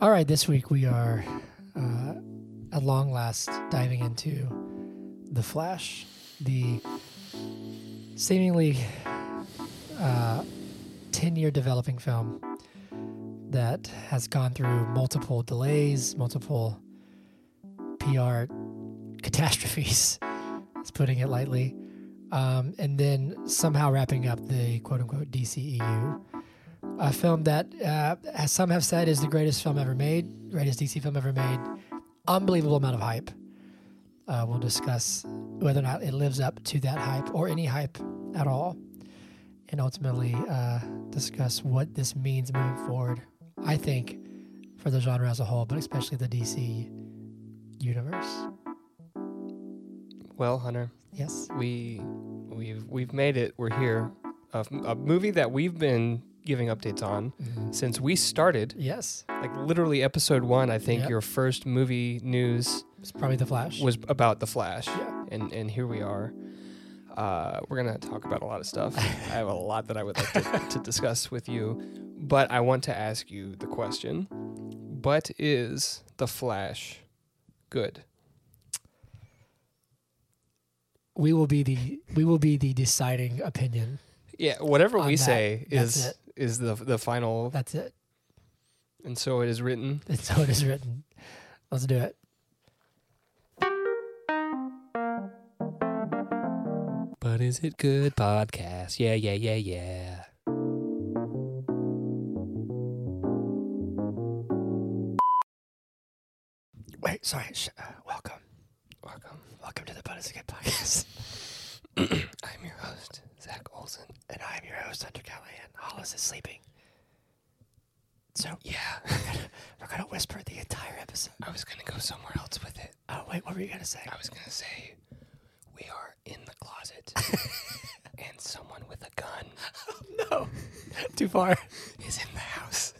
All right, this week we are uh, at long last diving into The Flash, the seemingly uh, 10 year developing film that has gone through multiple delays, multiple PR catastrophes, is putting it lightly, um, and then somehow wrapping up the quote unquote DCEU. A film that, uh, as some have said, is the greatest film ever made, greatest DC film ever made. Unbelievable amount of hype. Uh, we'll discuss whether or not it lives up to that hype or any hype at all, and ultimately uh, discuss what this means moving forward. I think for the genre as a whole, but especially the DC universe. Well, Hunter, Yes. we we've we've made it. We're here. A, f- a movie that we've been giving updates on since we started, Yes. like literally episode one. I think Yep. your first movie news It's probably the Flash. was about the Flash, Yeah. and and here we are. Uh, we're gonna talk about a lot of stuff. I have a lot that I would like to, to discuss with you, but I want to ask you the question: What is the Flash good? we will be the we will be the deciding opinion. Yeah, whatever On we that, say that's is it. is the the final, That's it. and so it is written. That's how it is written. Let's do it. But is it good podcast? Yeah, yeah, yeah, yeah. Wait, sorry. Sh- uh, welcome, Welcome. welcome to the Buttons Again podcast, I'm your host, Zach Olson. and I am your host Hunter Callahan. Hollis is sleeping, so Yeah, we're gonna whisper the entire episode. I was gonna go somewhere else with it. Oh wait, what were you gonna say? I was gonna say, we are in the closet, and someone with a gun No, too far. is in the house.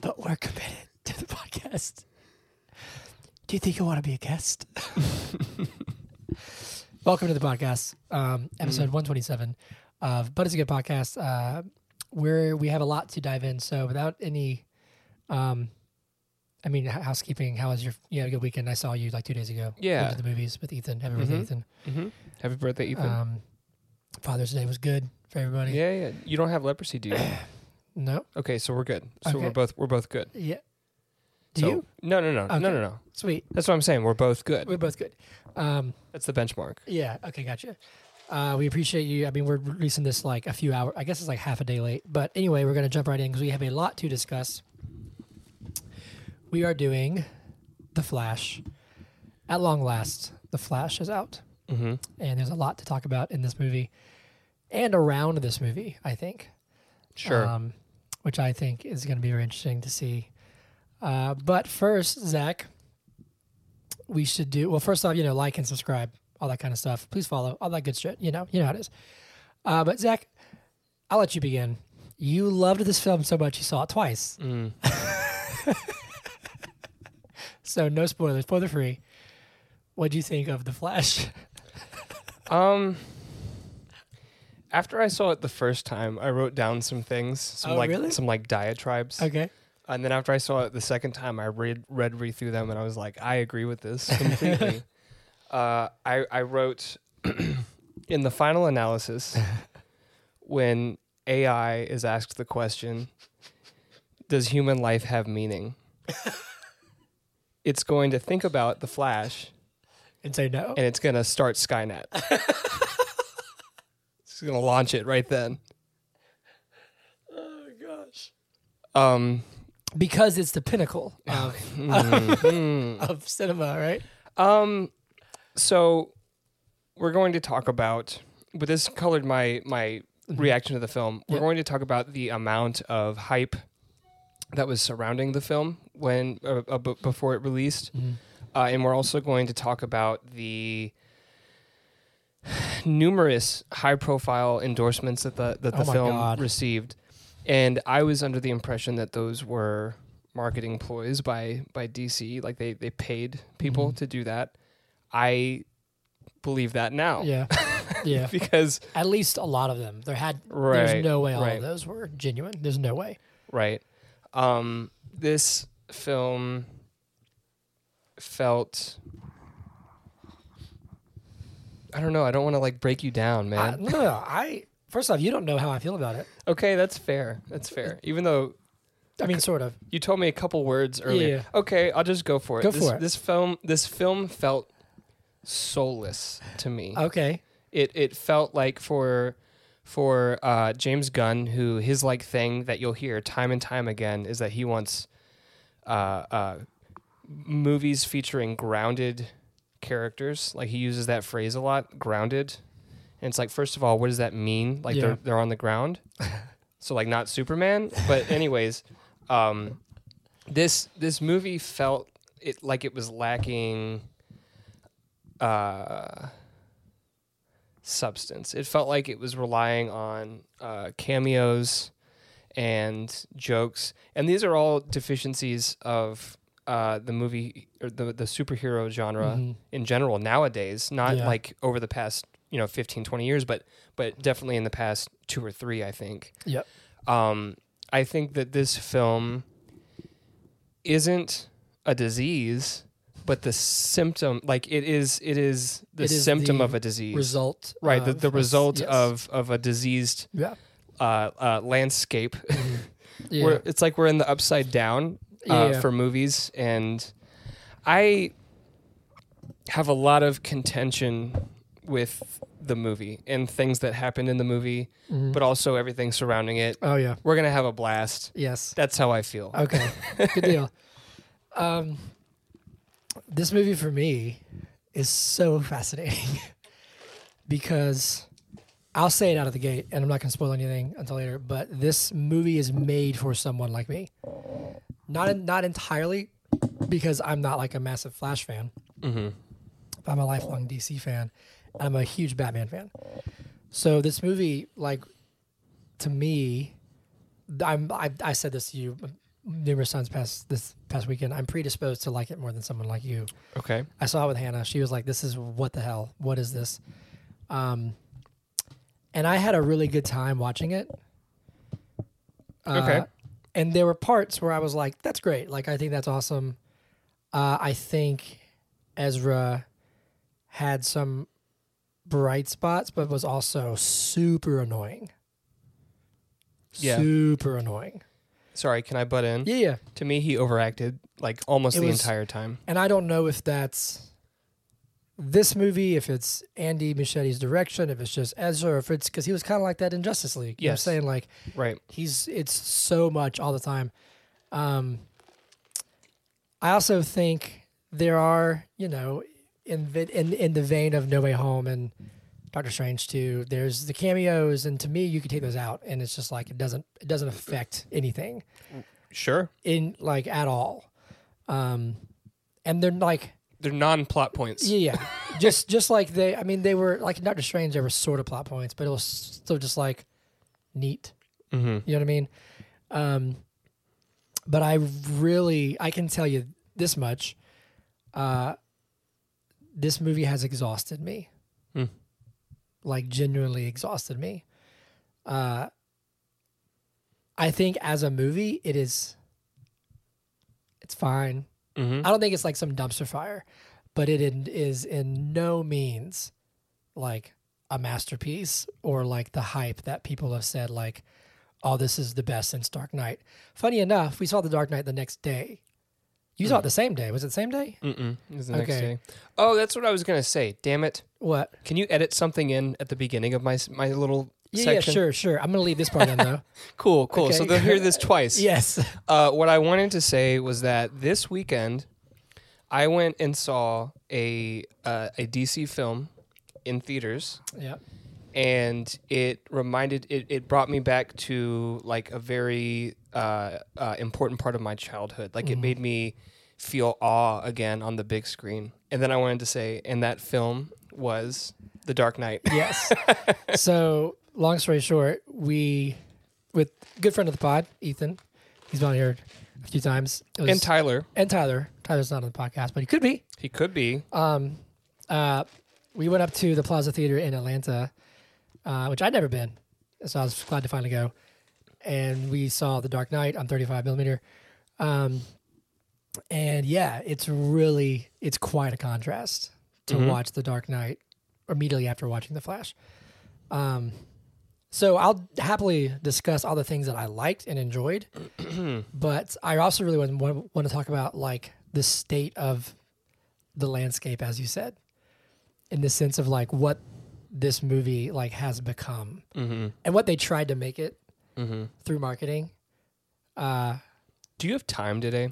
But we're committed to the podcast. Do you think you want to be a guest? Welcome to the podcast, um, episode Mm-hmm. 127 of But It's a Good Podcast, uh, where we have a lot to dive in. So, without any, um, I mean, h- housekeeping, how was your you had a good weekend? I saw you like two days ago. Yeah. Went to the movies with Ethan. Happy birthday, Mhm. Ethan. Mm-hmm. Happy birthday, Ethan. Um, Father's Day was good for everybody. yeah, yeah. You don't have leprosy, do you? No? okay, so we're good. So Okay. we're both we're both good. Yeah. Do So- you? No, no, no, Okay. no, no, no. Sweet. That's what I'm saying. We're both good. We're both good. Um, That's the benchmark. Yeah. Okay. Gotcha. Uh, we appreciate you. I mean, we're releasing this like a few hours. I guess it's like half a day late. But anyway, we're going to jump right in because we have a lot to discuss. We are doing The Flash. At long last, The Flash is out. Mm-hmm. And there's a lot to talk about in this movie and around this movie, I think. Sure. Um, which I think is going to be very interesting to see. Uh, but first, Zach, we should do well. First off, you know, like and subscribe, all that kind of stuff. Please follow all that good shit. You know, you know how it is. Uh, but Zach, I'll let you begin. You loved this film so much you saw it twice, Mm. so no spoilers, spoiler free. What do you think of the Flash? Um. After I saw it the first time, I wrote down some things, some Oh, like really? some like diatribes. okay, And then after I saw it the second time, I read read re through them, and I was like, I agree with this completely. uh, I I wrote in the final analysis when AI is asked the question, "Does human life have meaning?" it's going to think about the Flash, and say no. and it's going to start Skynet. it's going to launch it right then. oh gosh, Um, because it's the pinnacle of, mm, mm. of cinema, right? Um, so we're going to talk about, but this colored my my reaction to the film. We're Mm-hmm. Yeah. going to talk about the amount of hype that was surrounding the film when uh, uh, b- before it released, Mm-hmm. uh, and we're also going to talk about the numerous high profile endorsements that the that Oh the my film God. received, and I was under the impression that those were marketing ploys by by DC. Like they they paid people Mm-hmm. to do that. I believe that now. Yeah, yeah. Because At least a lot of them. There had Right, there's no way all right. of those were genuine. There's no way. right. Um this film felt. I don't know. I don't want to like break you down, I, man. no, no, I first off, you don't know how I feel about it. okay, that's fair. That's fair. Uh, Even though I mean, sort of. you told me a couple words earlier. yeah. Okay, I'll just go for it. Go this, for it. This film, this film felt soulless to me. Okay. it it felt like for for uh, James Gunn, who his like thing that you'll hear time and time again is that he wants uh, uh, movies featuring grounded characters. Like he uses that phrase a lot, grounded. And it's like, first of all, what does that mean? Like Yeah. they're they're on the ground, so like not Superman. But anyways, um, this this movie felt it like it was lacking uh, substance. It felt like it was relying on uh, cameos and jokes, and these are all deficiencies of uh, the movie or the the superhero genre Mhm. in general nowadays. Not Yeah. like over the past you know 15, 20 years, but but definitely in the past two or three, I think Yep. um, I think that this film isn't a disease, but the symptom, like it is, it is the It is symptom the of a disease, Result. right? The, of the us- result yes. of of a diseased yeah. uh, uh, landscape. Mm-hmm. Yeah. We're, it's like we're in the upside down uh, Yeah. for movies, and I have a lot of contention with the movie and things that happened in the movie, Mhm. but also everything surrounding it. oh yeah. We're gonna have a blast. Yes. That's how I feel. Okay. Good deal. Um, this movie for me is so fascinating because I'll say it out of the gate, and I'm not going to spoil anything until later. But this movie is made for someone like me. Not en- not entirely because I'm not like a massive Flash fan. Mm-hmm. But I'm a lifelong DC fan. And I'm a huge Batman fan. So this movie, like, to me, I'm I, I said this to you numerous times past this past weekend. I'm predisposed to like it more than someone like you. Okay. I saw it with Hannah. She was like, "This is what the hell? What is this?" Um, and I had a really good time watching it. Uh, Okay. And there were parts where I was like, "That's great! Like, I think that's awesome." Uh, I think Ezra had some bright spots, but was also super annoying. Yeah. Super annoying. Sorry, can I butt in? Yeah, yeah. To me, he overacted like almost It the was- entire time. And I don't know if that's this movie, if it's Andy Machete's direction, if it's just Ezra, or if it's because he was kind of like that in Justice League. You know what I'm Yes. saying? Like, Right. he's, it's so much all the time. Um, I also think there are, you know, in, vi- in, in the vein of No Way Home and Doctor Strange too, there's the cameos. And to me, you could take those out and it's just like, it doesn't, it doesn't affect anything Sure. in like at all. Um, and they're like, They're non-plot points. yeah, yeah. just just like they, I mean, they were like in Doctor Strange, there were sort of plot points, but it was still just like neat. Mm-hmm. You know what I mean? Um, but I really, I can tell you this much: uh, this movie has exhausted me, Hmm. like genuinely exhausted me. Uh, I think as a movie, it is, it's fine. Mm-hmm. I don't think it's like some dumpster fire, but it in, is in no means like a masterpiece or like the hype that people have said like, oh, this is the best since Dark Knight. Funny enough, we saw the Dark Knight the next day. You Mm. saw it the same day. Was it the same day? Mm-mm. It was the next Okay. day. Oh, that's what I was gonna say. Damn it! What? Can you edit something in at the beginning of my s- my little Yeah, yeah, section? sure, sure. I'm gonna leave this part in though. Cool, cool. So Okay. they'll hear this twice. yes. Uh, what I wanted to say was that this weekend, I went and saw a uh, a DC film in theaters. Yeah. and it reminded it, it brought me back to like a very uh, uh, important part of my childhood like Mm-hmm. it made me feel awe again on the big screen and then i wanted to say and that film was the dark knight Yes. so, long story short, we with good friend of the pod, Ethan. He's been on here a few times. It was- and tyler and Tyler. Tyler's not on the podcast, but he could be. he could be Um, uh, we went up to the Plaza Theater in Atlanta, uh, which I'd never been, so I was glad to finally go. And we saw The Dark Knight on 35 millimeter. Um, and yeah, it's really it's quite a contrast to Mhm. watch The Dark Knight immediately after watching The Flash. Um, so I'll happily discuss all the things that I liked and enjoyed, but I also really want, want, want to talk about like the state of the landscape, as you said, in the sense of like what this movie like has become Mm-hmm. and what they tried to make it Mm-hmm. through marketing. Uh, Do you have time today?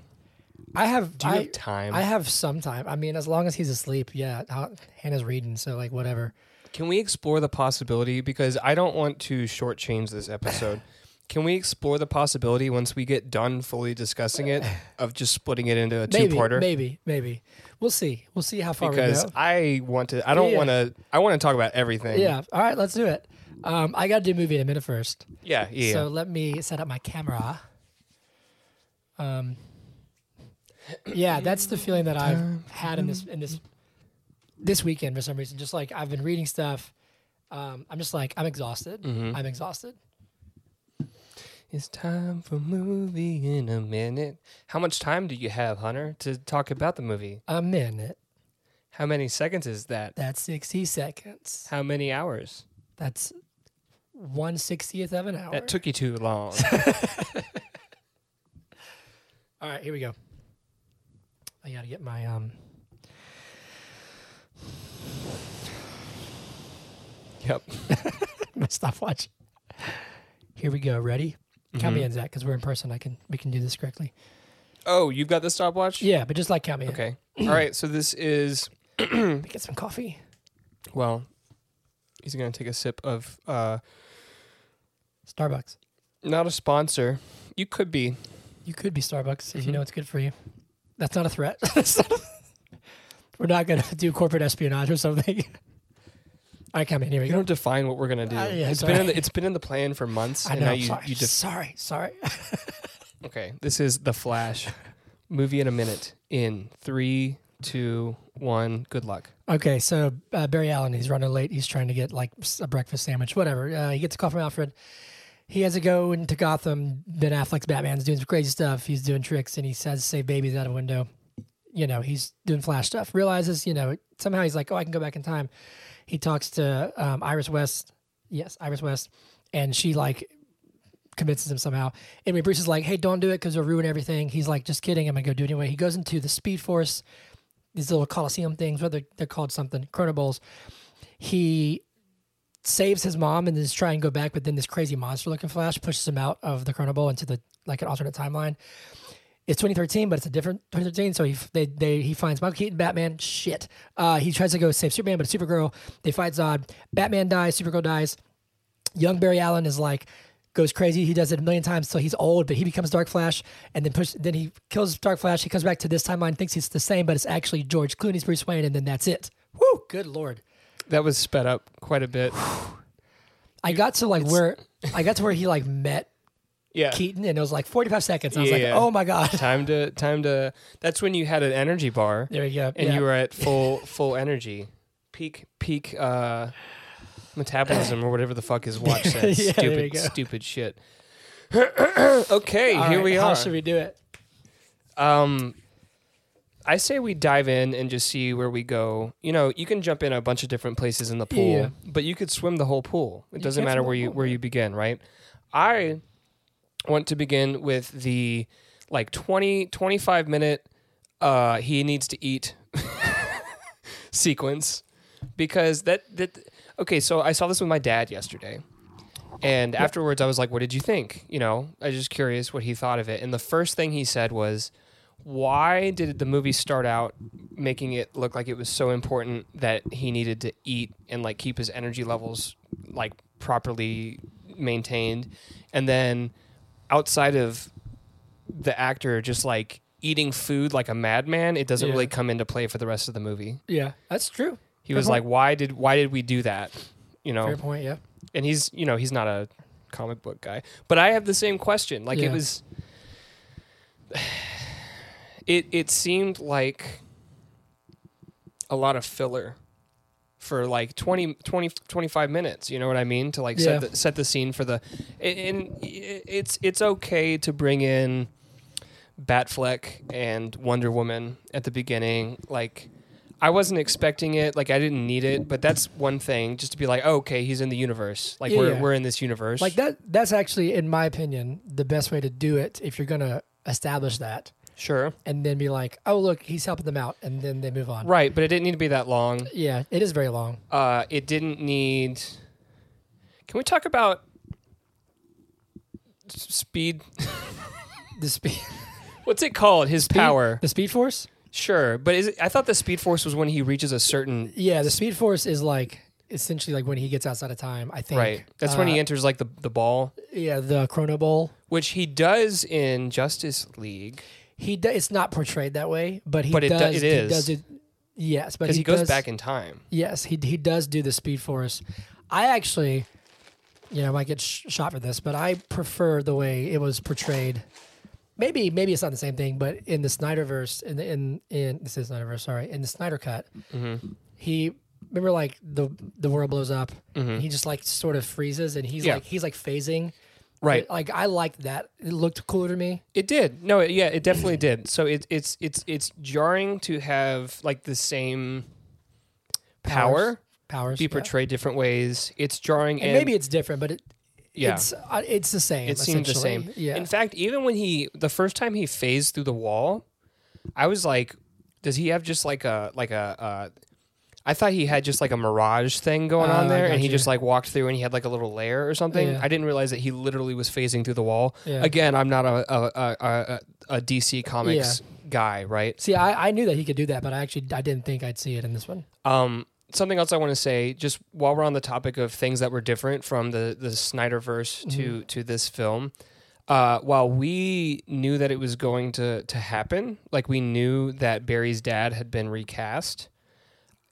I have Do you I, have time? I have some time. I mean, as long as he's asleep, yeah. Ha- Hannah's reading, so like whatever. Can we explore the possibility? Because I don't want to shortchange this episode. Can we explore the possibility once we get done fully discussing it of just splitting it into a Maybe, two-parter? maybe, maybe. We'll see. We'll see how far Because we go. I want to. I don't Yeah. want to. I want to talk about everything. Yeah. All right, let's do it. Um, I got to do movie in a minute first. Yeah. Yeah. So let me set up my camera. Um, yeah, that's the feeling that I've had in this in this this weekend for some reason. Just like I've been reading stuff. Um, I'm just like I'm exhausted. Mhm. I'm exhausted. It's time for movie in a minute. How much time do you have, Hunter, to talk about the movie? A minute. How many seconds is that? That's 60 seconds. How many hours? That's one sixtieth of an hour. That took you too long. All right, here we go. I gotta get my um. yep. my stopwatch. Here we go. Ready? Mm-hmm. Count me in, Zach, because we're in person. I can we can do this correctly. Oh, you've got the stopwatch? Yeah, but just like count me in. Okay. All right. So this is Let me get some coffee. well. He's gonna take a sip of uh, Starbucks. not a sponsor. You could be. You could be Starbucks if you Mhm. know it's good for you. That's not a threat. That's not a- we're not gonna do corporate espionage or something. All right, count me in. Here we You go. don't define what we're gonna do. Uh, yeah, it's sorry. been in the, it's been in the plan for months, I and know. now I'm you sorry. you def- sorry. Sorry. Okay, this is The Flash. Movie in a minute. In three, two, one. Good luck. Okay, so uh, Barry Allen, he's running late. He's trying to get like s- a breakfast sandwich, whatever. Uh, he gets a call from Alfred. He has to go into Gotham. Ben Affleck's Batman's doing some crazy stuff. He's doing tricks, and he says save babies out of window. You know, he's doing Flash stuff. Realizes, you know, somehow he's like, oh, I can go back in time. He talks to um, Iris West. Yes, Iris West, and she like convinces him somehow. Anyway, Bruce is like, hey, don't do it because it'll ruin everything. He's like, just kidding. I'm gonna go do it anyway. He goes into the Speed Force these little Coliseum things, whether they're called something, Chrono Bowls. He saves his mom and is trying to go back, but then this crazy monster looking Flash pushes him out of the Chrono Bowl into the like an alternate timeline. It's 2013, but it's a different 2013. So he f- they, they he finds Michael Keaton, Batman. Shit, uh, he tries to go save Superman, but it's Supergirl. They fight Zod. Batman dies. Supergirl dies young Barry Allen is like goes crazy. He does it a million times till he's old, but he becomes Dark Flash, and then push. Then he kills Dark Flash. He comes back to this timeline, thinks it's the same, but it's actually George Clooney's Bruce Wayne, and then that's it. Woo! Good lord. That was sped up quite a bit. I got to like where I got to where he like met Yeah. Keaton, and it was like forty five seconds. I was Yeah. like, oh my god. time to time to that's when you had an energy bar There you go. and Yeah. you were at full full energy. Peak peak uh metabolism or whatever the fuck is watch said. Yeah, there you stupid go. stupid shit. okay, All here right, we How are. should we do it? Um, I say we dive in and just see where we go. You know, you can jump in a bunch of different places in the pool, Yeah. but you could swim the whole pool. It doesn't can matter swim where the you whole where you begin, right? I want to begin with the like 20 25 minute uh he needs to eat sequence because that that okay, so I saw this with my dad yesterday. And afterwards, I was like, "What did you think?" You know, I was just curious what he thought of it. And the first thing he said was, "Why did the movie start out making it look like it was so important that he needed to eat and like keep his energy levels like properly maintained?" And then outside of the actor just like eating food like a madman, it doesn't Yeah. really come into play for the rest of the movie. Yeah, that's true. He Fair was point. like, "Why did why did we do that?" You know, Uh-huh. Fair point. Yeah. and he's you know he's not a comic book guy but i have the same question like Yeah. it was it it seemed like a lot of filler for like 20, 20 25 minutes you know what i mean to like Yeah. set the, set the scene for the and and it's it's okay to bring in Batfleck and Wonder Woman at the beginning. Like, I wasn't expecting it. Like, I didn't need it. But that's one thing, just to be like, oh, okay, he's in the universe. Like, Yeah, we're yeah. we're in this universe. Like that that's actually in my opinion the best way to do it if you're going to establish that sure, and then be like, "Oh, look, he's helping them out." And then they move on. right. But it didn't need to be that long. Yeah, it is very long. Uh, it didn't need. Can we talk about s- speed? The speed What's it called? His power. The Speed Force? Sure, but is it, I thought the Speed Force was when he reaches a certain Yeah, the Speed Force is like essentially like when he gets outside of time, I think. right. That's when Uh, he enters like the the ball, Yeah, the Chrono Bowl. which he does in Justice League He do, it's not portrayed that way, but he But it do- does it he is. does it Yes, but because he, goes does- back in time. Yes, he he does do the Speed Force. I actually, you know, I might get sh- shot for this, but I prefer the way it was portrayed. Maybe maybe it's not the same thing, but in the Snyderverse, in the in in this is Snyderverse, sorry, in the Snyder cut, Mm-hmm. he remember like the the world blows up, and he just like sort of freezes, and he's Mm-hmm. Yeah. like he's like phasing. Right. Like I liked that. It looked cooler to me. It did. No, it, yeah, it definitely did. So it, it's it's it's jarring to have like the same Powers. power Powers be yeah. portrayed different ways. It's jarring and, And maybe it's different, but it yeah. it's uh, it's the same. it seemed the essentially. same. Yeah. In fact, even when he the first time he phased through the wall, I was like, does he have just like a like a uh, I thought he had just like a mirage thing going Oh, I on there, got and he you. just like walked through and he had like a little lair or something. Yeah. I didn't realize that he literally was phasing through the wall. Yeah. Again, I'm not a a, a, a, a DC Comics guy, right? See, I, I knew that he could do that, but I actually I didn't think I'd see it in this one. Um, something else I want to say, just while we're on the topic of things that were different from the the Snyderverse Mm-hmm. to to this film, uh, while we knew that it was going to to happen, like we knew that Barry's dad had been recast,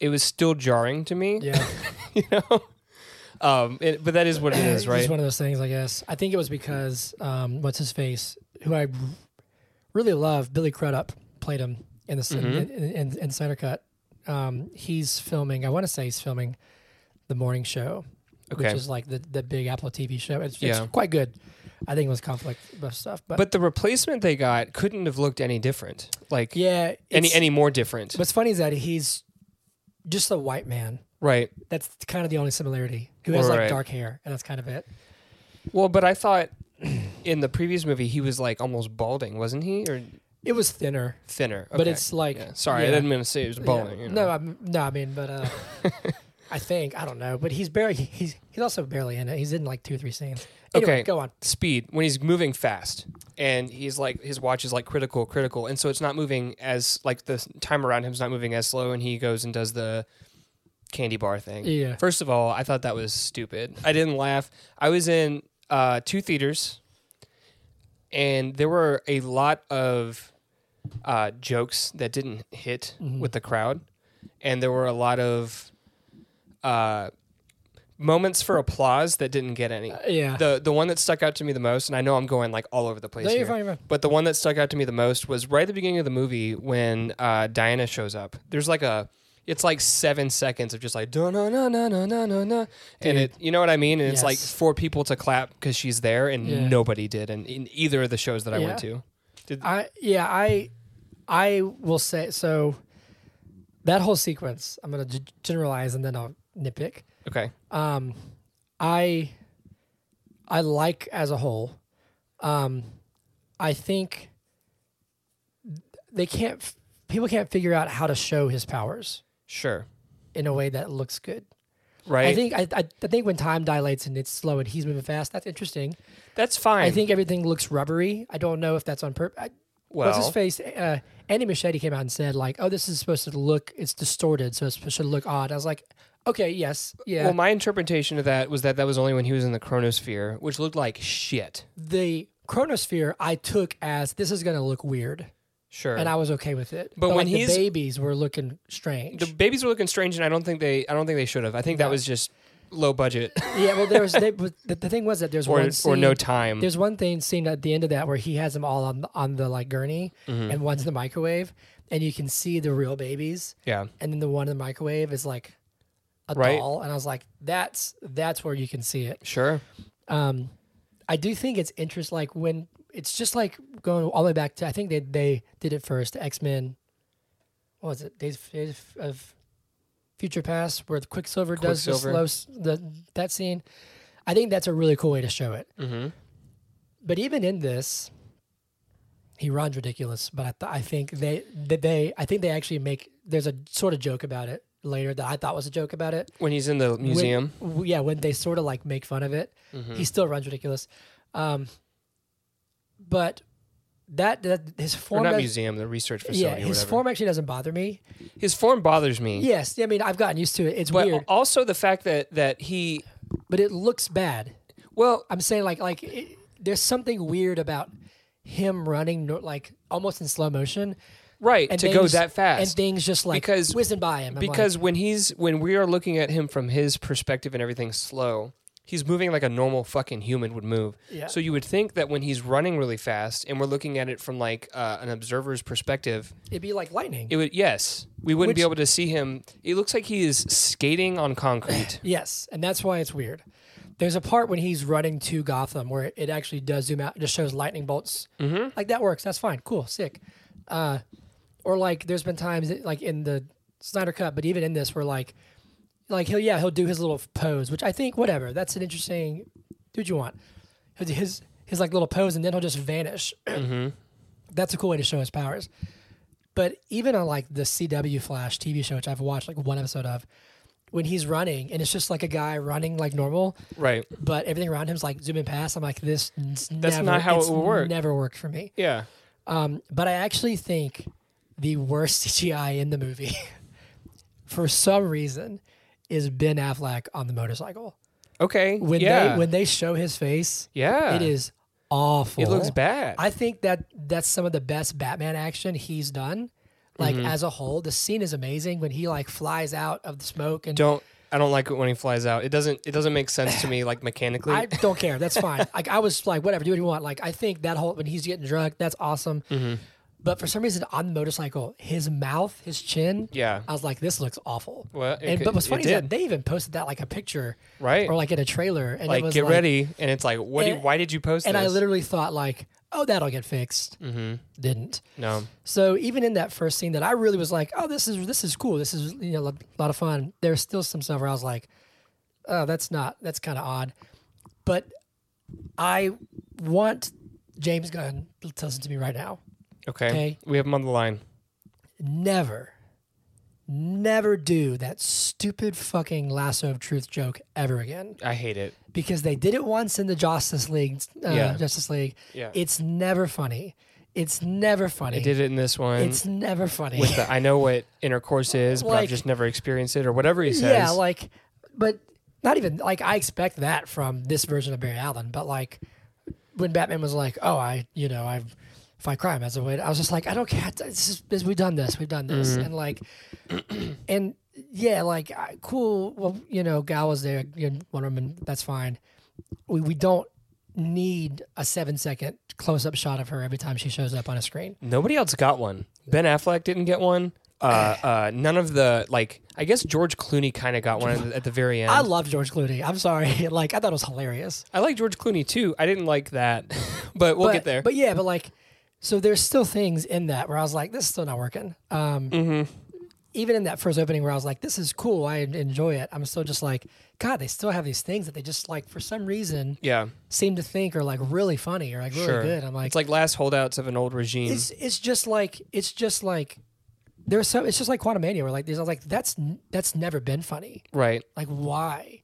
it was still jarring to me. Yeah, you know. Um, it, but that is what it is, It's right? just one of those things, I guess. I think it was because um, what's his face, who I really love, Billy Crudup played him in the Mm-hmm. in, in, in, in Snyder Cut. Um, he's filming. I want to say he's filming the morning show, which Okay. is like the the big Apple TV show. It's, Yeah. it's quite good. I think it was conflict stuff, but, But the replacement they got couldn't have looked any different, like yeah, any it's- any more different, What's funny is that he's just a white man. right? That's kind of the only similarity. Who has like Right. dark hair, and that's kind of it. Well, but I thought in the previous movie he was like almost balding, wasn't he? Or It was thinner, thinner. but okay. it's like Yeah, Sorry, I yeah, didn't mean to say it was yeah. bowling. you know. No, I'm, no, I mean, but uh, I think I don't know, but he's barely he's he's also barely in it. He's in like two or three scenes. Anyway, Okay. go on. Speed when he's moving fast, and he's like his watch is like critical, critical, and so it's not moving as like the time around him's not moving as slow, and he goes and does the candy bar thing. Yeah. First of all, I thought that was stupid. I didn't laugh. I was in uh, two theaters, and there were a lot of uh, jokes that didn't hit Mm-hmm. with the crowd, and there were a lot of uh, moments for applause that didn't get any. Uh, Yeah, The the one that stuck out to me the most, and I know I'm going like all over the place no, here, you're fine, you're fine. but the one that stuck out to me the most was right at the beginning of the movie when uh, Diana shows up. There's like a it's like seven seconds of just like no no no no no no no no, and Dude. it you know what I mean, and it's like Yes. for people to clap because she's there, and Yeah. nobody did, and in either of the shows that I went Yeah. to, I yeah, I I will say so. That whole sequence, I'm gonna g- generalize and then I'll nitpick. okay, um, I I like as a whole. Um, I think they can't f- people can't figure out how to show his powers sure, in a way that looks good. right? I think I, I, I think when time dilates and it's slow and he's moving fast, that's interesting. that's fine. I think everything looks rubbery. I don't know if that's on purpose. well, What's his face? Uh, Andy Machete came out and said like, "Oh, this is supposed to look it's distorted, so it's supposed to look odd." I was like, "Okay, yes, yeah." Well, my interpretation of that was that that was only when he was in the chronosphere, which looked like shit. the chronosphere I took as this is going to look weird, Sure. and I was okay with it. But when like, he's- the babies were looking strange, the babies were looking strange, and I don't think they I don't think they should have. I think that No. was just low budget yeah. Well, there was they, but the, the thing was that there's or one scene, or no time. There's one thing scene at the end of that where he has them all on the, on the like gurney, Mm-hmm. and one's in the microwave, and you can see the real babies, Yeah. and then the one in the microwave is like a Right. doll, and I was like, that's that's where you can see it. Sure. Um, I do think it's interest like when it's just like going all the way back to I think they they did it first. X Men, what was it? Days, Days of Future Past, where the Quicksilver, does the Quicksilver. slow s- the that scene. I think that's a really cool way to show it. Mm-hmm. But even in this, he runs ridiculous. But I, th- I think they that they I think they actually make there's a sort of joke about it later that I thought was a joke about it. When he's in the When- museum, Mm-hmm. w- yeah, when they sort of like make fun of it, he still runs ridiculous. Um, but that, that his or form, not does- museum, the research facility. yeah, or his whatever. form actually doesn't bother me. His form bothers me. Yes, I mean I've gotten used to it. It's but weird, also the fact that that he, but it looks bad. well, I'm saying like like it, there's something weird about him running no, like almost in slow motion right to go things- that fast and things just like Because- whizzing by him I'm like, because when he's when we are looking at him from his perspective and everything slow he's moving like a normal fucking human would move Yeah. so you would think that when he's running really fast and we're looking at it from like uh, an observer's perspective it'd be like lightning it would yes we wouldn't be Which- able to see him it looks like he is skating on concrete Yes, and that's why it's weird. There's a part when he's running to Gotham where it actually does zoom out, it just shows lightning bolts. Mm-hmm. Like that works. That's fine. Cool. Sick. Uh, or like there's been times that, like in the Snyder Cut, but even in this, where like, like he'll yeah he'll do his little pose, which I think whatever. That's an interesting. Do what you want. He'll do his his like little pose, and then he'll just vanish. That's a cool way to show his powers. But even on like the CW Flash TV show, which I've watched like one episode of, when he's running and it's just like a guy running like normal, right but everything around him's like zooming past. I'm like, this that's never, not how it it's will work. Never worked for me. yeah Um, but I actually think the worst CGI in the movie, for some reason, is Ben Affleck on the motorcycle. okay When yeah they when they show his face, yeah it is awful. it looks bad I think that that's some of the best Batman action he's done. Like Mm-hmm. as a whole, the scene is amazing when he like flies out of the smoke and don't i don't like it when he flies out it doesn't it doesn't make sense to me like mechanically I don't care. That's fine. like I was like, whatever, do what you want. Like I think that whole when he's getting drugged, that's awesome. Mm-hmm. But for some reason, on the motorcycle, his mouth, his chin, yeah I was like, this looks awful. well it and could- but what's it funny is that did. they even posted that like a picture right or like in a trailer, and it like was get like, ready and it's like what do you, And- why did you post And this? Mm-hmm. I literally thought like, oh, that'll get fixed. Didn't. no So even in that first scene that I really was like, oh, this is this is cool. This is you know a lot of fun. There's still some stuff where I was like, oh, that's not that's kind of odd. But I want James Gunn to listen to me right now. okay. Okay. we have him on the line Never, never do that stupid fucking lasso of truth joke ever again i hate it because they did it once in the Justice League. Uh, Yeah. Justice League. yeah It's never funny. It's never funny. i did it in this one It's never funny. with the i know what intercourse is but i've Like- just never experienced it or whatever he says Yeah, like, but not even like I expect that from this version of Barry Allen. But like, when Batman was like, "Oh, I, you know, I've fight crime as a way," I was just like, "I don't care. This is, this, we've done this. We've done this." And like, and yeah, like, I- cool. Well, you know, Gal was there, you know, Wonder Woman. That's fine. We we don't need a seven second close up shot of her every time she shows up on a screen. nobody else got one ben affleck didn't get one uh, uh, none of the like. I guess George Clooney kind of got one at the- at the very end. I I love George Clooney. I'm sorry. Like, I thought it was hilarious. like George Clooney too. I didn't like that, but we'll but, get there. But yeah, but like, so there's still things in that where I was like, this is still not working. Um, Mm-hmm. Even in that first opening where I was like, this is cool, I en- enjoy it. I'm still just like, God, they still have these things that they just like for some reason yeah, seem to think are like really funny or like really sure. good. I'm like, it's like last holdouts of an old regime. it's it's just like it's just like there's so it's just like Quantum Mania where like there's I was like that's n- that's never been funny. right? Like why?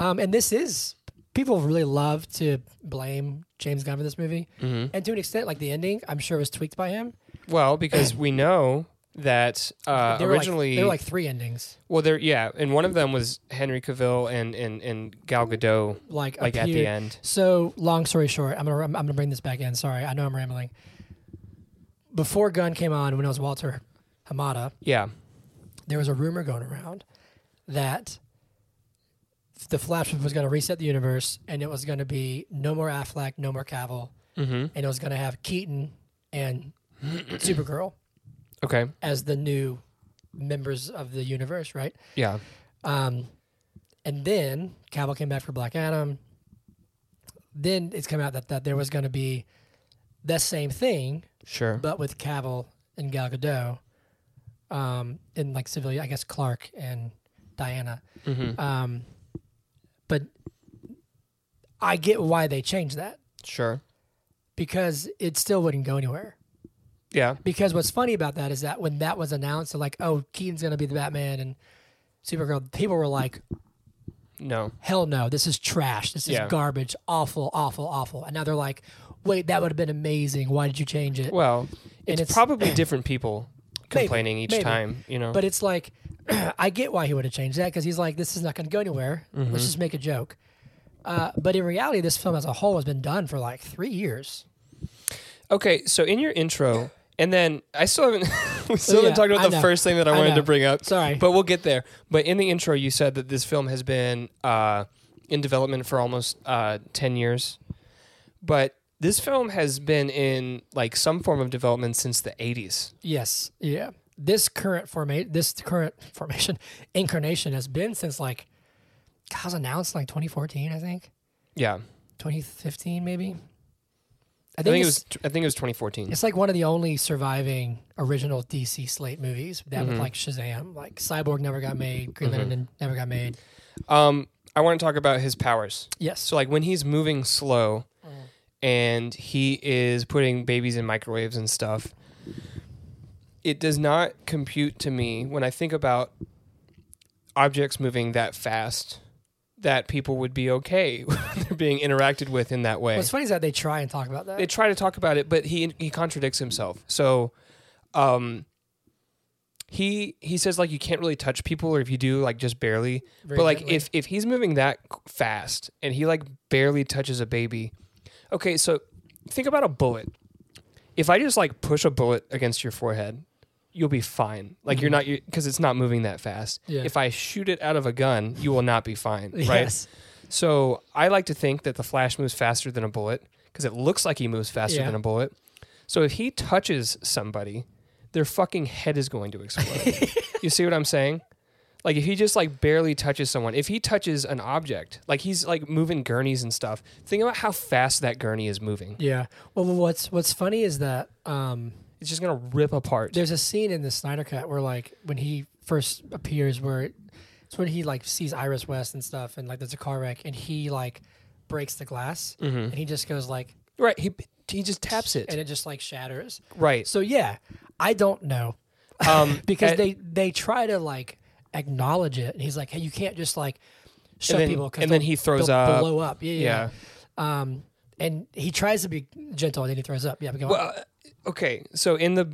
Um, and this is people really love to blame James Gunn for this movie, Mm-hmm. and to an extent, like the ending, I'm sure was tweaked by him. Well, because we know that uh, There were, like- originally there were like three endings, Well, there, yeah, and one of them was Henry Cavill and and and Gal Gadot, like like up at the here. end. So long story short, I'm gonna I'm gonna bring this back in. Sorry, I know I'm rambling. Before Gunn came on, when it was Walter Hamada, Yeah, there was a rumor going around that the Flash was going to reset the universe, and it was going to be no more Affleck, no more Cavill, Mhm. and it was going to have Keaton and Supergirl okay, as the new members of the universe, right? yeah, Um, and then Cavill came back for Black Adam. Then it's come out that, that there was going to be the same thing, Sure. but with Cavill and Gal Gadot, um, and like civilian, I guess Clark and Diana. Mhm. Um, but I get why they changed that Sure. because it still wouldn't go anywhere. Yeah. Because what's funny about that is that when that was announced, they're like, oh, Keaton's gonna be the Batman and Supergirl, people were like, No. hell no, this is trash, this is Yeah. garbage, awful, awful, awful. And now they're like, wait, that would have been amazing. Why did you change it? Well, And it's, it's- probably different people complaining each maybe. time, you know. But it's like, I get why he would have changed that because he's like, this is not going to go anywhere. Let's just make a joke. Uh, but in reality, this film as a whole has been done for like three years. okay, so in your intro, and then I still haven't we still yeah, haven't talked I about the know. first thing that I, I wanted know. to bring up. Sorry. But we'll get there. But in the intro, you said that this film has been uh, in development for almost uh, 10 years. But this film has been in like some form of development since the 80s. Yes. Yeah. This current formate, this current formation incarnation has been since like, God, it was announced in like 2014, I think, Yeah. 2015 maybe. I I think, think it it's, was I think it was 2014. it's like one of the only surviving original DC slate movies that with like Shazam, like Cyborg never got made, Green Lantern never got made. Um I want to talk about his powers. Yes. So like when he's moving slow and he is putting babies in microwaves and stuff, it does not compute to me when I think about objects moving that fast that people would be okay with they're being interacted with in that way. What's funny is that they try and talk about that. They try to talk about it, but he he contradicts himself. So um he he says like you can't really touch people or if you do like just barely Very but like gently. if if he's moving that c- fast and he like barely touches a baby okay so think about a bullet if i just like push a bullet against your forehead you'll be fine like you're not because it's not moving that fast Mm-hmm. Yeah. if i shoot it out of a gun you will not be fine right Yes. so i like to think that the flash moves faster than a bullet because it looks like he moves faster Yeah. than a bullet so if he touches somebody their fucking head is going to explode you see what i'm saying like if he just like barely touches someone, if he touches an object, like he's like moving gurneys and stuff. Think about how fast that gurney is moving. Yeah. Well, what's what's funny is that um, It's just gonna rip apart. there's a scene in the Snyder Cut where like when he first appears, where it, it's when he like sees Iris West and stuff, and like there's a car wreck, and he like breaks the glass, and he just goes like, Right. He he just Mm-hmm. taps it. and it just like shatters. right. So yeah, I don't know Um. because and- they they try to like acknowledge it, and he's like, hey, you can't just like shove and then, people, 'cause and then they'll- he throws they'll up. blow up. Yeah, yeah. Yeah. Um, and he tries to be gentle, and then he throws up. Yeah, but go on. Mm-hmm. Well, uh, okay. So in the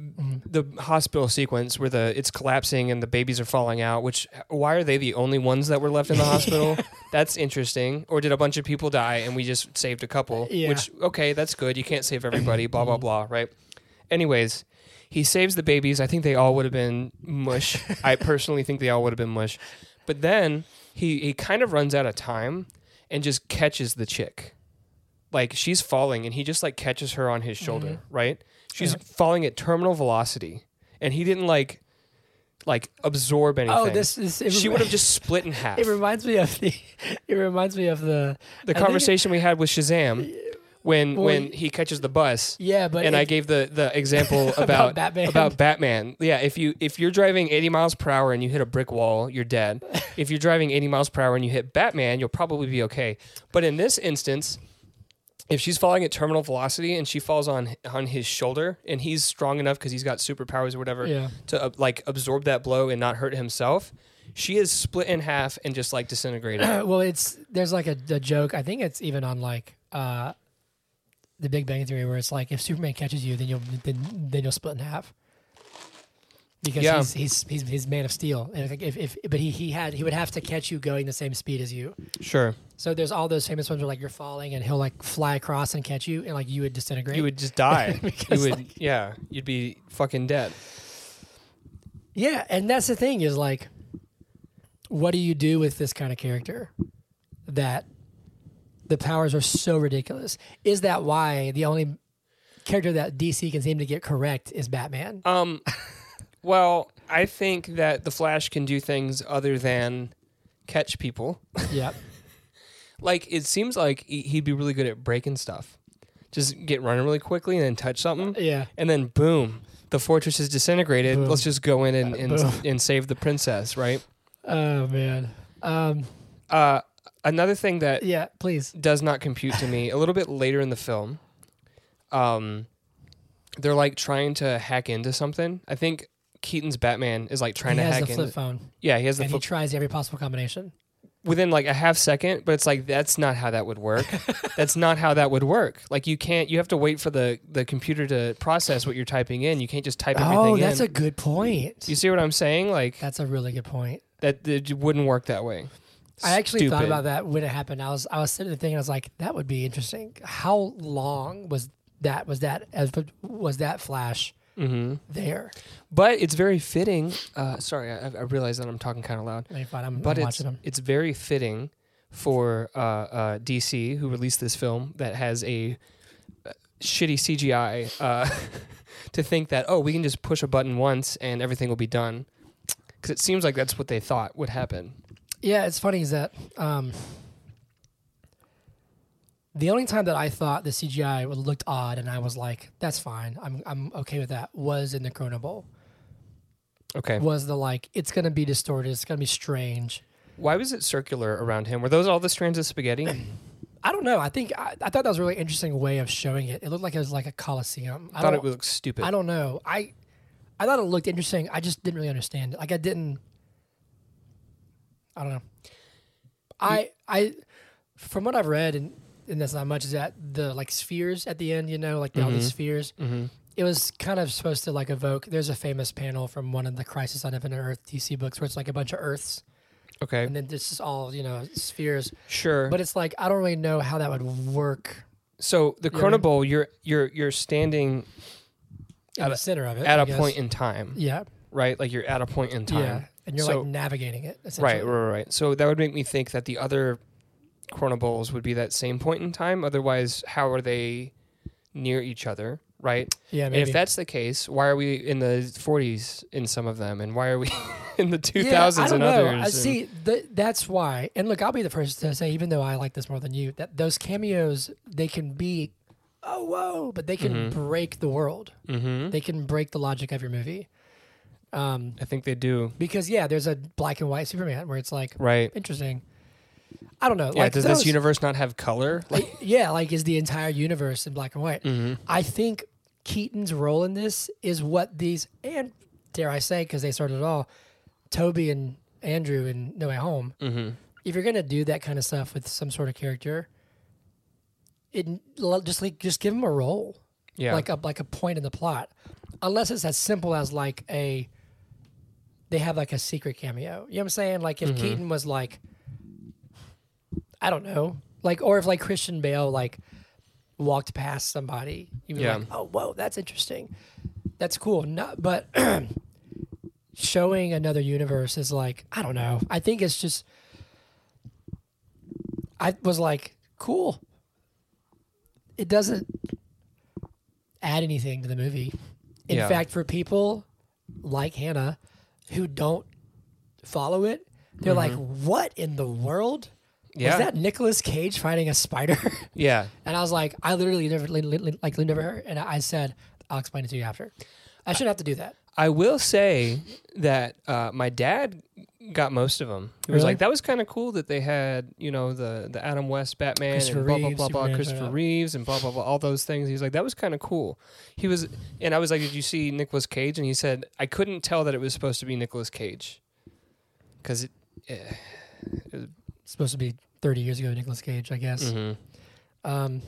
the hospital sequence where the it's collapsing and the babies are falling out, which why are they the only ones that were left in the hospital? That's interesting. Or did a bunch of people die and we just saved a couple? Yeah. Mm-hmm. Which okay, that's good. You can't save everybody. blah blah blah. Right. Anyways, he saves the babies. I think they all would have been mush. I personally think they all would have been mush. But then he he kind of runs out of time and just catches the chick like she's falling and he just like catches her on his shoulder, Mm-hmm. right? She's falling at terminal velocity and he didn't like like absorb anything. Oh, this is. It, she rem- would have just split in half. It reminds me of the. It reminds me of the. the I think conversation we had with Shazam when Well, when he catches the bus it- yeah, but and I it- gave the the example about About Batman. about Batman. Yeah, if you if you're driving 80 miles per hour and you hit a brick wall, you're dead. if you're driving 80 miles per hour and you hit Batman, you'll probably be okay. But in this instance, if she's falling at terminal velocity and she falls on on his shoulder and he's strong enough because he's got superpowers or whatever Yeah. to uh, like absorb that blow and not hurt himself, she is split in half and just like disintegrated. well, it's there's like a, a joke. I think it's even on like uh, the Big Bang Theory, where it's like if Superman catches you, then you'll then, then you'll split in half. Because Yeah. he's, he's he's he's Man of Steel, and if, if, if but he he had he would have to catch you going the same speed as you. sure, So there's all those famous ones where like you're falling and he'll like fly across and catch you, and like you would disintegrate. you would just die. you Because, would, like- yeah, you'd be fucking dead. Yeah, and that's the thing is like, what do you do with this kind of character that the powers are so ridiculous? Is that why the only character that DC can seem to get correct is Batman? Um, well, I think that the Flash can do things other than catch people. yep. Like it seems like he- he'd be really good at breaking stuff. just get running really quickly and then touch something, Yeah. and then boom, the fortress is disintegrated. Boom. Uh, Let's just go in and and, Boom. and save the princess, right? Oh man. Um. Uh, another thing that Yeah. Please. does not compute to me. A little bit later in the film, um, they're like trying to hack into something. I think Keaton's Batman is like trying he to has hack the into. flip phone, yeah, he has the and he flip tries every possible combination. within like a half second, but it's like that's not how that would work. that's not how that would work. Like you can't. You have to wait for the the computer to process what you're typing in. You can't just type everything Oh, in. that's a good point. you see what I'm saying? Like That's a really good point. that, it wouldn't work that way. I actually thought Stupid. about that when it happened. I was I was sitting there thinking, I was like, that would be interesting. How long was that? Was that as was that flash there? Mm-hmm. But it's very fitting. Uh, sorry, I, I realize that I'm talking kind of loud. I mean, fine, I'm, but I'm it's watching them. it's very fitting for uh, uh, DC who released this film that has a uh, shitty CGI uh, to think that oh we can just push a button once and everything will be done because it seems like that's what they thought would happen. Yeah, it's funny is that um, the only time that I thought the CGI would- looked odd and I was like, that's fine, I'm I'm okay with that was in the Corona Bowl. Okay, Was the like it's gonna be distorted, it's gonna be strange. why was it circular around him? Were those all the strands of spaghetti? I don't know. I think I, I thought that was a really interesting way of showing it. It looked like it was like a coliseum. I I thought don't- it looked stupid. I don't know. I I thought it looked interesting. I just didn't really understand it. Like I didn't. I don't know. I I from what I've read and and that's not much is that the like spheres at the end. You know, like all these Mm-hmm. spheres. It was kind of supposed to like evoke. There's a famous panel from one of the Crisis on Infinite Earth DC books where it's like a bunch of Earths, okay, and then this is all you know spheres. sure. But it's like I don't really know how that would work so the what I Chrono mean? Bowl, you're you're you're standing in At the a- center of it at I a guess. point in time, Yeah, right? Like you're at a point in time. yeah, and you're So- like navigating it. Right, essentially. right, right. So that would make me think that the other Chrono Bowls would be that same point in time. Otherwise, how are they near each other, right? Yeah, And maybe. if that's the case, why are we in the 40s in some of them, and why are we in the 2000s I don't in know. others? I and- see. Th- that's why. And look, I'll be the first to say, even though I like this more than you, that those cameos they can be, oh whoa, but they can Mm-hmm. break the world. Mhm. They can break the logic of your movie. Um, I think they do. because yeah, there's a black and white Superman where it's like Right. interesting. I don't know. Yeah. like does those, this universe not have color? Like, like, yeah, like is the entire universe in black and white. I think Keaton's role in this is what these and dare I say because they started it all, Toby and Andrew in No Way Home. If you're gonna do that kind of stuff with some sort of character, it l- just like just give him a role, yeah. like a like a point in the plot, unless it's as simple as like a. They have like a secret cameo. You know what I'm saying? Like Mm-hmm. if Keaton was like I don't know. Like, or if like Christian Bale like walked past somebody, you'd be Yeah. like, "Oh, whoa, that's interesting. That's cool." Not, but showing another universe is like, I don't know. I think it's just. I was like, cool. It doesn't add anything to the movie. In Yeah. fact, for people like Hannah who don't follow it, they're like, "What in the world?" Mm-hmm. Yeah. Was that Nicolas Cage fighting a spider? yeah. and I was like, I literally never, li- li- like, never heard. And I said, I'll explain it to you after. I should have to do that. I will say that uh, my dad got most of them. He was Really? like, "That was kind of cool that they had, you know, the the Adam West Batman Christopher and blah blah Reeve, blah blah, Superman, Christopher blah. Reeves and blah blah blah, all those things." He's like, "That was kind of cool." He was, and I was like, "Did you see Nicolas Cage?" And he said, "I couldn't tell that it was supposed to be Nicolas Cage because it." eh, It's supposed to be 30 years ago, Nicolas Cage, I guess. Um, Mm-hmm.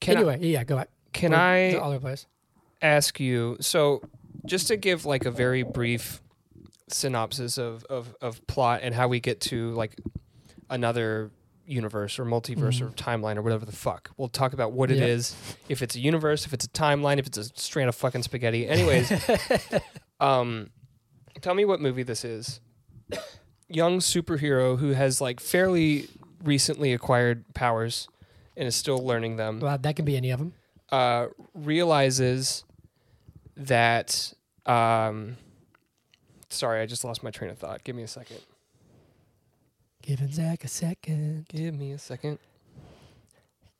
Can Mm-hmm. anyway, yeah, yeah, go ahead. I, can We're- I to All over the place. ask you so just to give like a very brief synopsis of, of, of plot and how we get to like another universe or multiverse or timeline or whatever the fuck we'll talk about what it Yeah. is if it's a universe if it's a timeline if it's a strand of fucking spaghetti anyways um tell me what movie this is young superhero who has like fairly recently acquired powers and is still learning them Well, that can be any of them. uh, realizes that. Um, sorry, I just lost my train of thought. Give me a second. Giving Zach a second. Give me a second.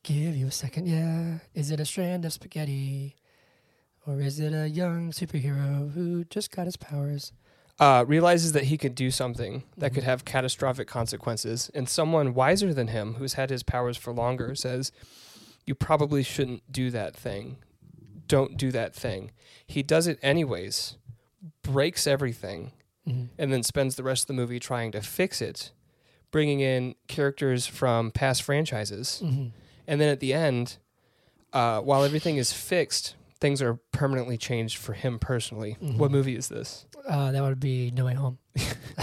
Give you a second, yeah. Is it a strand of spaghetti? Or is it a young superhero who just got his powers? uh, realizes that he could do something that Mm-hmm. could have catastrophic consequences, and someone wiser than him, who's had his powers for longer, says, "You probably shouldn't do that thing. Don't do that thing." He does it anyways, breaks everything, Mhm. and then spends the rest of the movie trying to fix it, bringing in characters from past franchises, Mhm. and then at the end, uh, while everything is fixed, things are permanently changed for him personally. Mhm. What movie is this? Uh, that would be No Way Home.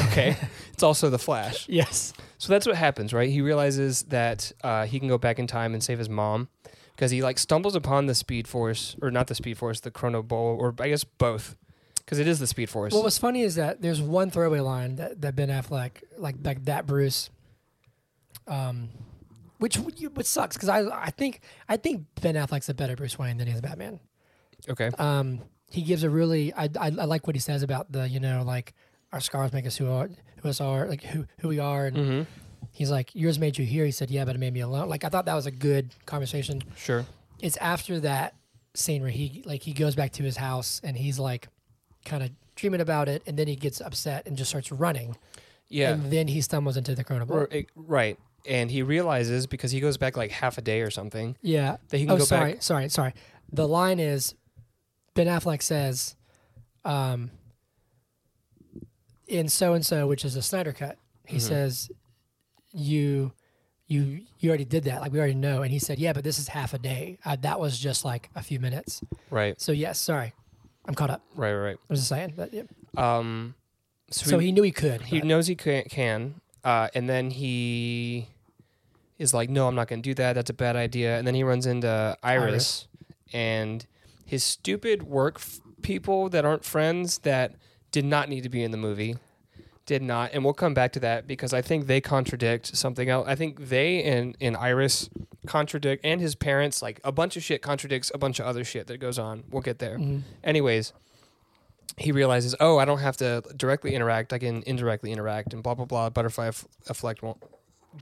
okay it's also the flash Yes. so that's what happens right he realizes that uh, he can go back in time and save his mom because he like stumbles upon the speed force or not the speed force the chrono bowl or i guess both because it is the speed force What was funny is that there's one throwaway line that, that Ben Affleck, like like that Bruce, um, which would you- which sucks because I I think I think Ben Affleck's a better Bruce Wayne than he is Batman. okay Um, he gives a really I, I I like what he says about the you know like our scars make us who are who us are like who who we are and mm-hmm. he's like yours made you here. He said yeah, but it made me alone. Like I thought that was a good conversation sure it's after that scene where he like he goes back to his house and he's like kind of dreaming about it and then he gets upset and just starts running yeah and then he stumbles into the corona Or- eh, right and he realizes because he goes back like half a day or something yeah that he can oh go sorry back sorry sorry the line is ben affleck says um in so and so which is a snyder cut he Mm-hmm. says you you you already did that like we already know and he said yeah but this is half a day uh, that was just like a few minutes right so yes sorry i'm caught up right right I was just saying, but yeah. right um so, So he, he knew he could. he but- knows he can, can uh, and then he is like, "No, I'm not going to do that. That's a bad idea." And then he runs into Iris, and his stupid work f- people that aren't friends that did not need to be in the movie did not and we'll come back to that because i think they contradict something else i think they and, and iris contradict and his parents like a bunch of shit contradicts a bunch of other shit that goes on we'll get there Mhm. anyways he realizes, oh, I don't have to directly interact. I can indirectly interact, and blah blah blah. Butterfly eff- effect won't.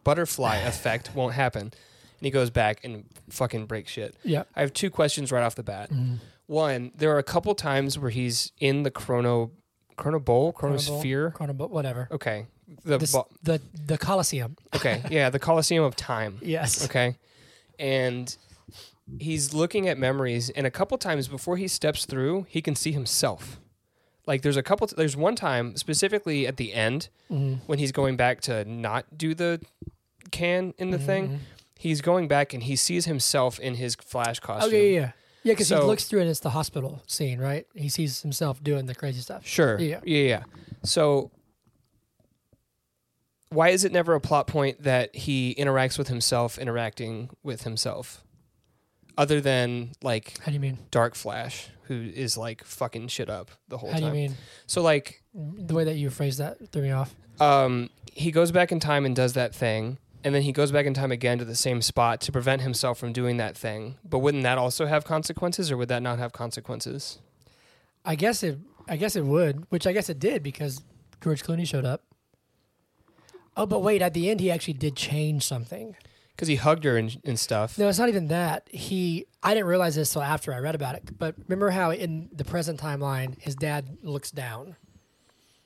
Butterfly effect won't happen. And he goes back and fucking breaks shit. Yeah. I have two questions right off the bat. One, there are a couple times where he's in the chrono, chrono bowl, chronosphere. Corona, but whatever. Okay, the This- bo- the the Colosseum. okay, yeah, the Coliseum of Time. Yes. Okay. And he's looking at memories, and a couple times before he steps through, he can see himself. Like there's a couple, t- there's one time specifically at the end Mm-hmm. when he's going back to not do the can in the Mm-hmm. thing. He's going back and he sees himself in his flash Oh costume. yeah, yeah, yeah. Yeah, because he So- looks through and it's the hospital scene, right? He sees himself doing the crazy stuff. Sure. Yeah. Yeah. Yeah. So why is it never a plot point that he interacts with himself interacting with himself? Other than like How do you mean? Dark Flash, who is like fucking shit up the whole How do time. you mean? So like, The way that you phrased that threw me off. um, he goes back in time and does that thing, and then he goes back in time again to the same spot to prevent himself from doing that thing. But wouldn't that also have consequences, or would that not have consequences? I guess it. I guess it would, which I guess it did because George Clooney showed up. Oh, but wait! At the end, he actually did change something. Because he hugged her and, and stuff. No, it's not even that. He, I didn't realize this till after I read about it. But remember how in the present timeline, his dad looks down,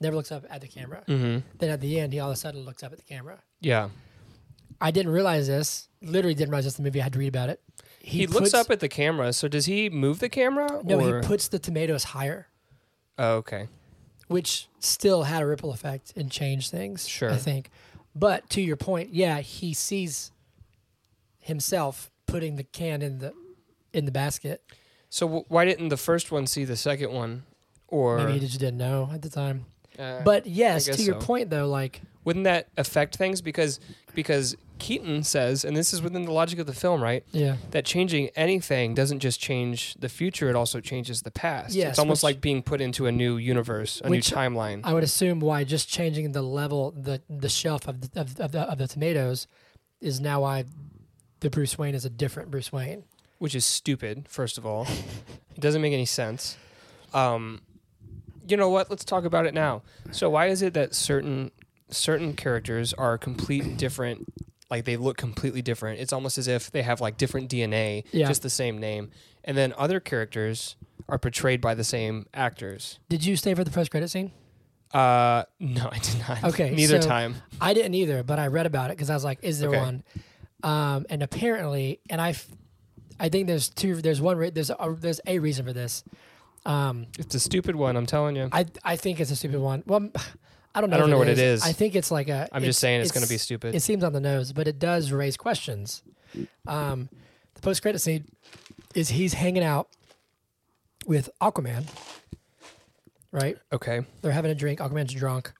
never looks up at the camera. Mm-hmm. Then at the end, he all of a sudden looks up at the camera. Yeah. I didn't realize this. Literally didn't realize this. in The movie I had to read about it. He, looks up at the camera. So does he move the camera? no, or- he puts the tomatoes higher, Oh, okay. which still had a ripple effect and changed things. Sure. I think. But to your point, yeah, he sees himself putting the can in the in the basket. So w- why didn't the first one see the second one? Or Maybe he just didn't know at the time. uh, But yes, guess to your so. point though, like wouldn't that affect things? Because because Keaton says, and this is within the logic of the film, right? yeah, that changing anything doesn't just change the future, it also changes the past. Yes, it's almost which- like being put into a new universe, a Which- new timeline. I would assume why just changing the level, the the shelf of the, of, of the of the tomatoes, is now why the Bruce Wayne is a different Bruce Wayne. which is stupid, first of all. it doesn't make any sense. Um, you know what? Let's talk about it now. So why is it that certain certain characters are complete different like they look completely different. It's almost as if they have like different DNA, Yeah. just the same name. And then other characters are portrayed by the same actors. Did you stay for the post credit scene? Uh, no, I did not. Okay, neither so- time. I didn't either, but I read about it because I was like, "Is there Okay. one?" Um, and apparently, and I, f- I think there's two. There's one. Re- there's a, there's a reason for this. Um, It's a stupid one. I'm telling you. I I think it's a stupid one. Well, I don't know. I don't if know what it is. I think it's like a. I'm just saying it's, gonna be stupid. It seems on the nose, but it does raise questions. Um, the post credit scene is he's hanging out with Aquaman, right? Okay. They're having a drink. Aquaman's drunk.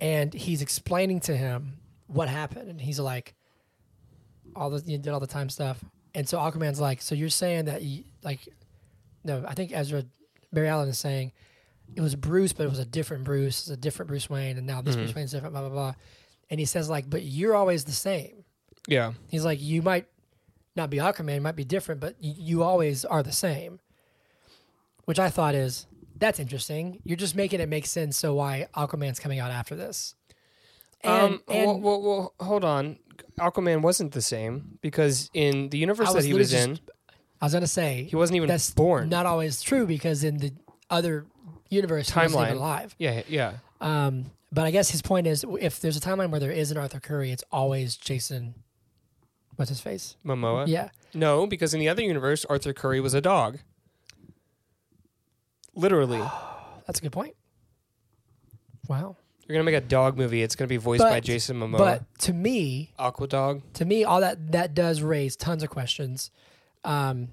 And he's explaining to him what happened. And he's like, all this, you did all the time stuff. And so Aquaman's like, so you're saying that, you, like, no, I think Ezra, Barry Allen is saying it was Bruce, but it was a different Bruce. It's a different Bruce Wayne. And now this Bruce Wayne's different, blah, blah, blah. And he says, like, but you're always the same. Yeah. He's like, you might not be Aquaman, you might be different, but y- you always are the same. Which I thought is that's interesting. You're just making it make sense. So why Aquaman's coming out after this? And, um. and well, well, well, hold on. Aquaman wasn't the same because in the universe I that was he was literally in, I was gonna say he wasn't even that's born. not always true because in the other universe he wasn't even Timeline. alive. yeah. Yeah. Um, but I guess his point is if there's a timeline where there is an Arthur Curry, it's always Jason. What's his face? Momoa. Yeah. No, because in the other universe, Arthur Curry was a dog. Literally, you're That's a good point. Wow. gonna make a dog movie. It's gonna be voiced by But- Jason Momoa. But to me, Aqua Dog. to me all that that does raise tons of questions um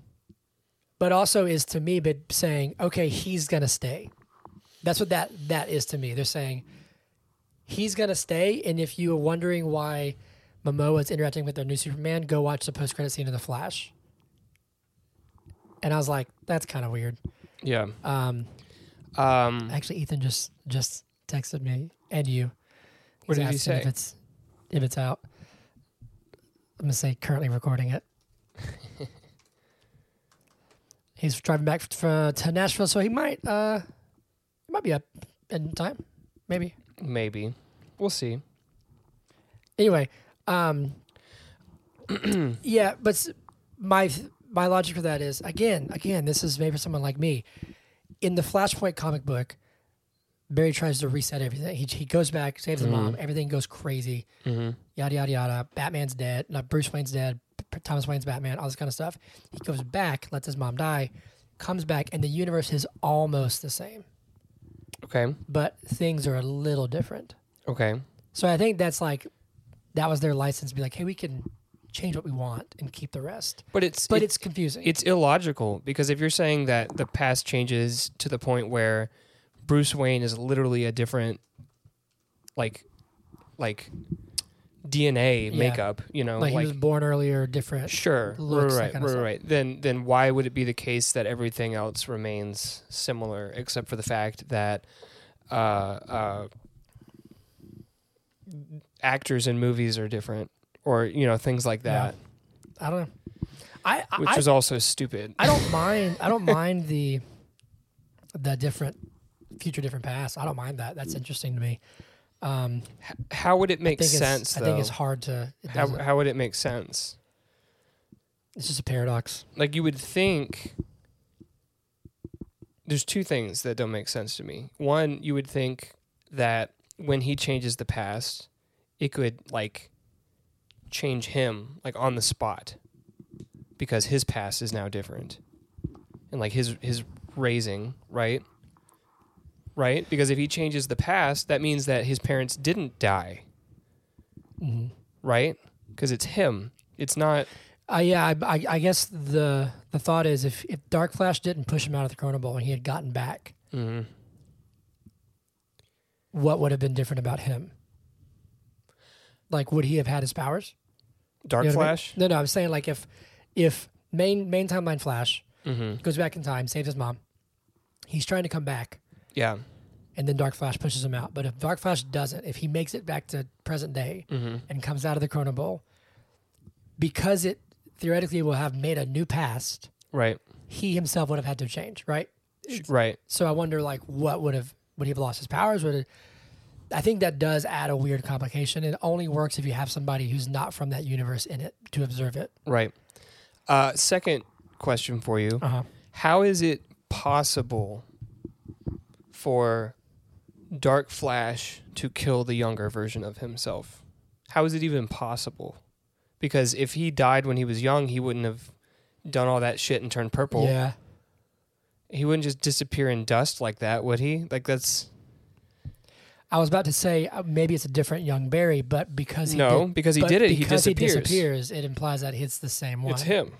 but also is to me but saying okay he's gonna stay that's what that that is to me they're saying he's gonna stay and if you are wondering why Momoa is interacting with their new superman go watch the post-credit scene of the flash and i was like that's kind of weird Yeah. um Um. actually ethan just just texted me and you He's What did he asking if say? it's if it's out i'm gonna say currently recording it he's driving back from to nashville so he might uh it might be up in time maybe Maybe. We'll see. anyway um yeah but s- my my logic for that is again again this is maybe for someone like me in the flashpoint comic book barry tries to reset everything he, he goes back saves the mom everything goes crazy yada yada yada batman's dead not bruce wayne's dead P- thomas wayne's batman all this kind of stuff he goes back lets his mom die comes back and the universe is almost the same Okay. but things are a little different Okay. so I think that's like that was their license to be like, hey, we can change what we want and keep the rest. But it's But it- it's confusing. it's illogical because if you're saying that the past changes to the point where Bruce Wayne is literally a different, like, like DNA Yeah. makeup, you know, like, he was born earlier, different. Sure. looks, that right, right, kinda right, stuff. right. Then then why would it be the case that everything else remains similar except for the fact that uh, uh, actors in movies are different or you know things like Yeah. that, I don't know. I I, which I, is also stupid. I don't mind. I don't mind the the different future, different past. I don't mind that. That's interesting to me. Um, How would it I make think sense It's, though? I think it's hard to. It how, doesn't- how would it make sense? it's just a paradox. Like you would think there's two things that don't make sense to me. One, you would think that when he changes the past, it could like change him like on the spot because his past is now different. And like his his raising, right? Right? Because if he changes the past, that means that his parents didn't die, Mhm. right? Because it's him. It's not Uh, yeah, I, I, I guess the the thought is if, if Dark Flash didn't push him out of the Chrono Ball and he had gotten back, Mhm. what would have been different about him? Like, would he have had his powers? Dark You know what I mean? Flash. No, no, I'm saying like if if main main timeline Flash Mm-hmm. goes back in time, saves his mom, he's trying to come back, Yeah. and then Dark Flash pushes him out. But if Dark Flash doesn't, if he makes it back to present day Mm-hmm. and comes out of the Chrono Ball, because it theoretically will have made a new past, Right. he himself would have had to change, right? Right. So I wonder, like, what would have would he have lost his powers? Would it, I think that does add a weird complication. It only works if you have somebody who's not from that universe in it to observe it. Right. Uh, second question for you: Uh huh. How is it possible for Dark Flash to kill the younger version of himself? How is it even possible? Because if he died when he was young, he wouldn't have done all that shit and turned purple. Yeah. He wouldn't just disappear in dust like that, would he? Like that's I was about to say uh, maybe it's a different young Barry, but because he no, did, because he but did it. He because disappears. disappears, it implies that it's the same one. It's him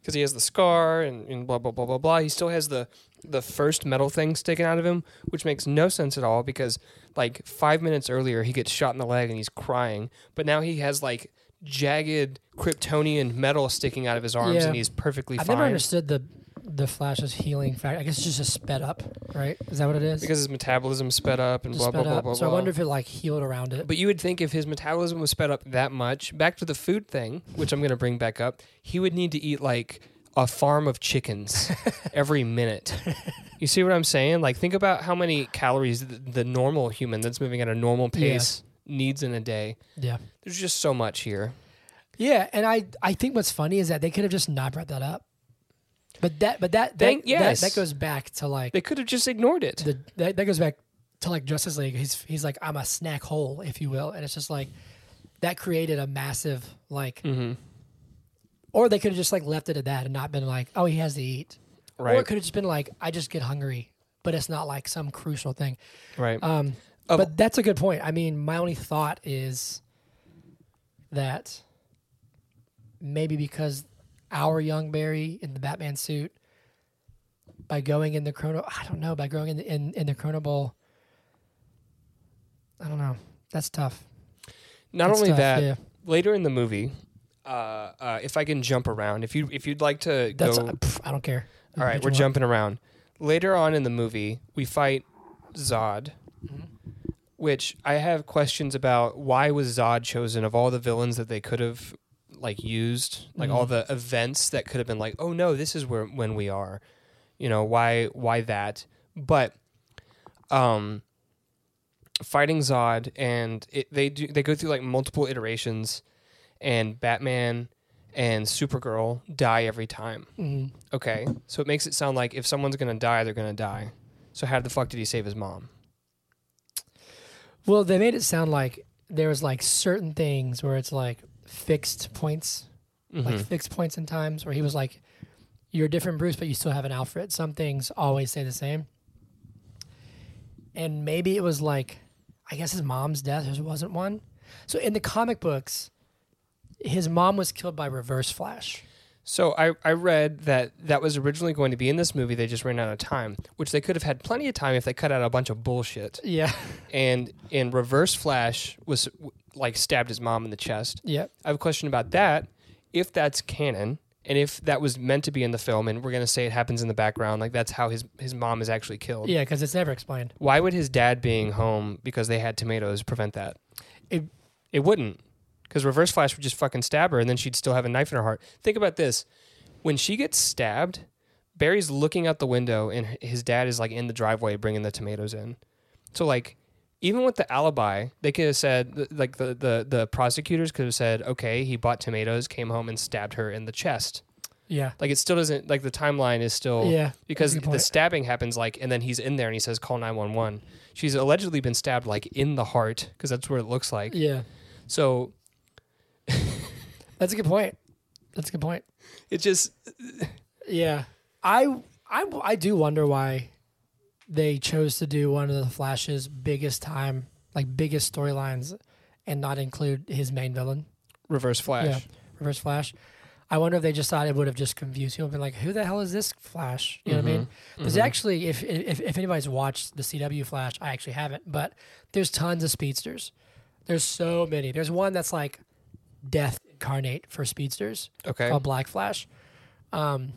because he has the scar and, and blah blah blah blah blah. He still has the the first metal thing sticking out of him, which makes no sense at all because like five minutes earlier he gets shot in the leg and he's crying, but now he has like jagged Kryptonian metal sticking out of his arms Yeah. and he's perfectly I've fine never understood the the Flash's healing factor. I guess it's just sped up, right? Is that what it is? because his metabolism sped up and Just blah sped blah blah up. blah. so I blah. wonder if it like healed around it. But you would think if his metabolism was sped up that much, back to the food thing, which I'm going to bring back up, he would need to eat like a farm of chickens every minute. You see what I'm saying? Like, think about how many calories the, the normal human that's moving at a normal pace needs in a day. yeah. There's just so much here. Yeah, and I I think what's funny is that they could have just not brought that up. But that but that Thank- that, yes. that that goes back to like They could have just ignored it. the that, that goes back to like Justice League. He's he's like I'm a snack hole, if you will, and it's just like that created a massive like. Hmm. Mm-hmm. Or they could have just like left it at that and not been like, oh, he has to eat. Or Right. it could have just been like, I just get hungry, but it's not like some crucial thing. right. Um, Of- but that's a good point. I mean, my only thought is that maybe because our young Barry in the Batman suit, by going in the chrono, I don't know, by going in the, in, in the chrono bowl, I don't know. That's tough. Not That's only tough, that, yeah. later in the movie, uh, uh, if I can jump around, if you if you'd like to That's go, uh, pff, I don't care. All right, we're jumping around. Later on in the movie, we fight Zod, which I have questions about. Why was Zod chosen of all the villains that they could have like used? Like all the events that could have been like, oh no, this is where when we are. You know why? Why that? But um, fighting Zod, and it, they do they go through like multiple iterations, and Batman and Supergirl die every time. hmm Okay, so it makes it sound like if someone's gonna die, they're gonna die. So how the fuck did he save his mom? Well, they made it sound like there was like certain things where it's like fixed points Mm-hmm. like fixed points in times where he was like, "You're a different Bruce, but you still have an Alfred." Some things always stay the same. And maybe it was like, I guess his mom's death. There wasn't one. So in the comic books, his mom was killed by Reverse Flash. So I, I read that that was originally going to be in this movie. They just ran out of time, which they could have had plenty of time if they cut out a bunch of bullshit. Yeah. And in Reverse Flash was like stabbed his mom in the chest. Yep. I have a question about that. If that's canon, and if that was meant to be in the film, and we're gonna say it happens in the background, like that's how his his mom is actually killed. Yeah, because it's never explained. Why would his dad being home because they had tomatoes prevent that? It- It wouldn't, because Reverse Flash would just fucking stab her, and then she'd still have a knife in her heart. Think about this: when she gets stabbed, Barry's looking out the window, and h- his dad is like in the driveway bringing the tomatoes in. So like, even with the alibi, they could have said th- like the the the prosecutors could have said, okay, he bought tomatoes, came home, and stabbed her in the chest. Yeah. Like it still doesn't like the timeline is still Yeah. because Good the point. stabbing happens like and then he's in there and he says call 911 she's allegedly been stabbed like in the heart because that's where it looks like Yeah. so That's a good point. That's a good point. it just Yeah. I I I do wonder why they chose to do one of the Flash's biggest time like biggest storylines and not include his main villain. reverse flash Yeah. Reverse Flash. I wonder if they just thought it would have just confused people and been like, who the hell is this Flash? You know what I mean? There's actually, if, if if anybody's watched the CW Flash, I actually haven't, but there's tons of speedsters. There's so many. There's one that's like death incarnate for speedsters okay called Black Flash. Um,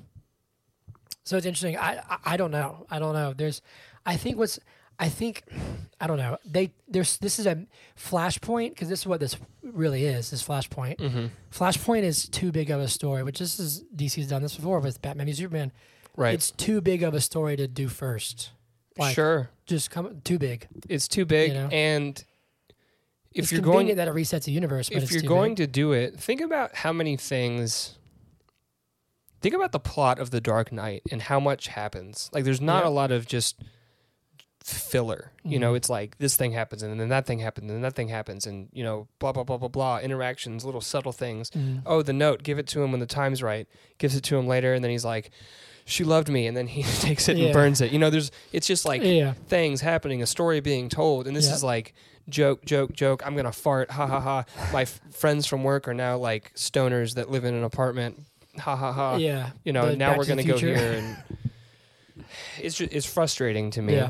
so it's interesting. I, I I don't know. I don't know. There's, I think what's, I think, I don't know. They there's this is a flashpoint because this is what this really is. This flashpoint. Mm-hmm. Flashpoint is too big of a story, which this is DC's done this before with Batman v Superman. right It's too big of a story to do first. Like, sure just come too big. It's too big, You know? and if it's you're convenient going, that it resets a universe, but if it's you're too going big. to do it, think about how many things. Think about the plot of The Dark Knight and how much happens. Like, there's not Yeah. a lot of just filler. You know, Mhm. it's like this thing happens and then that thing happens and then that thing happens and you know, blah blah blah blah blah. Interactions, little subtle things. Mm. Oh, the note, give it to him when the time's right. Gives it to him later, and then he's like, "She loved me," and then he takes it Yeah. and burns it. You know, there's. It's just like yeah, things happening, a story being told, and this Yeah. is like joke, joke, joke. I'm gonna fart, ha ha ha. My f- friends from work are now like stoners that live in an apartment, ha ha ha. yeah, uh, You know, The now Back we're to the gonna go here, Future. and it's just, it's frustrating to me. yeah.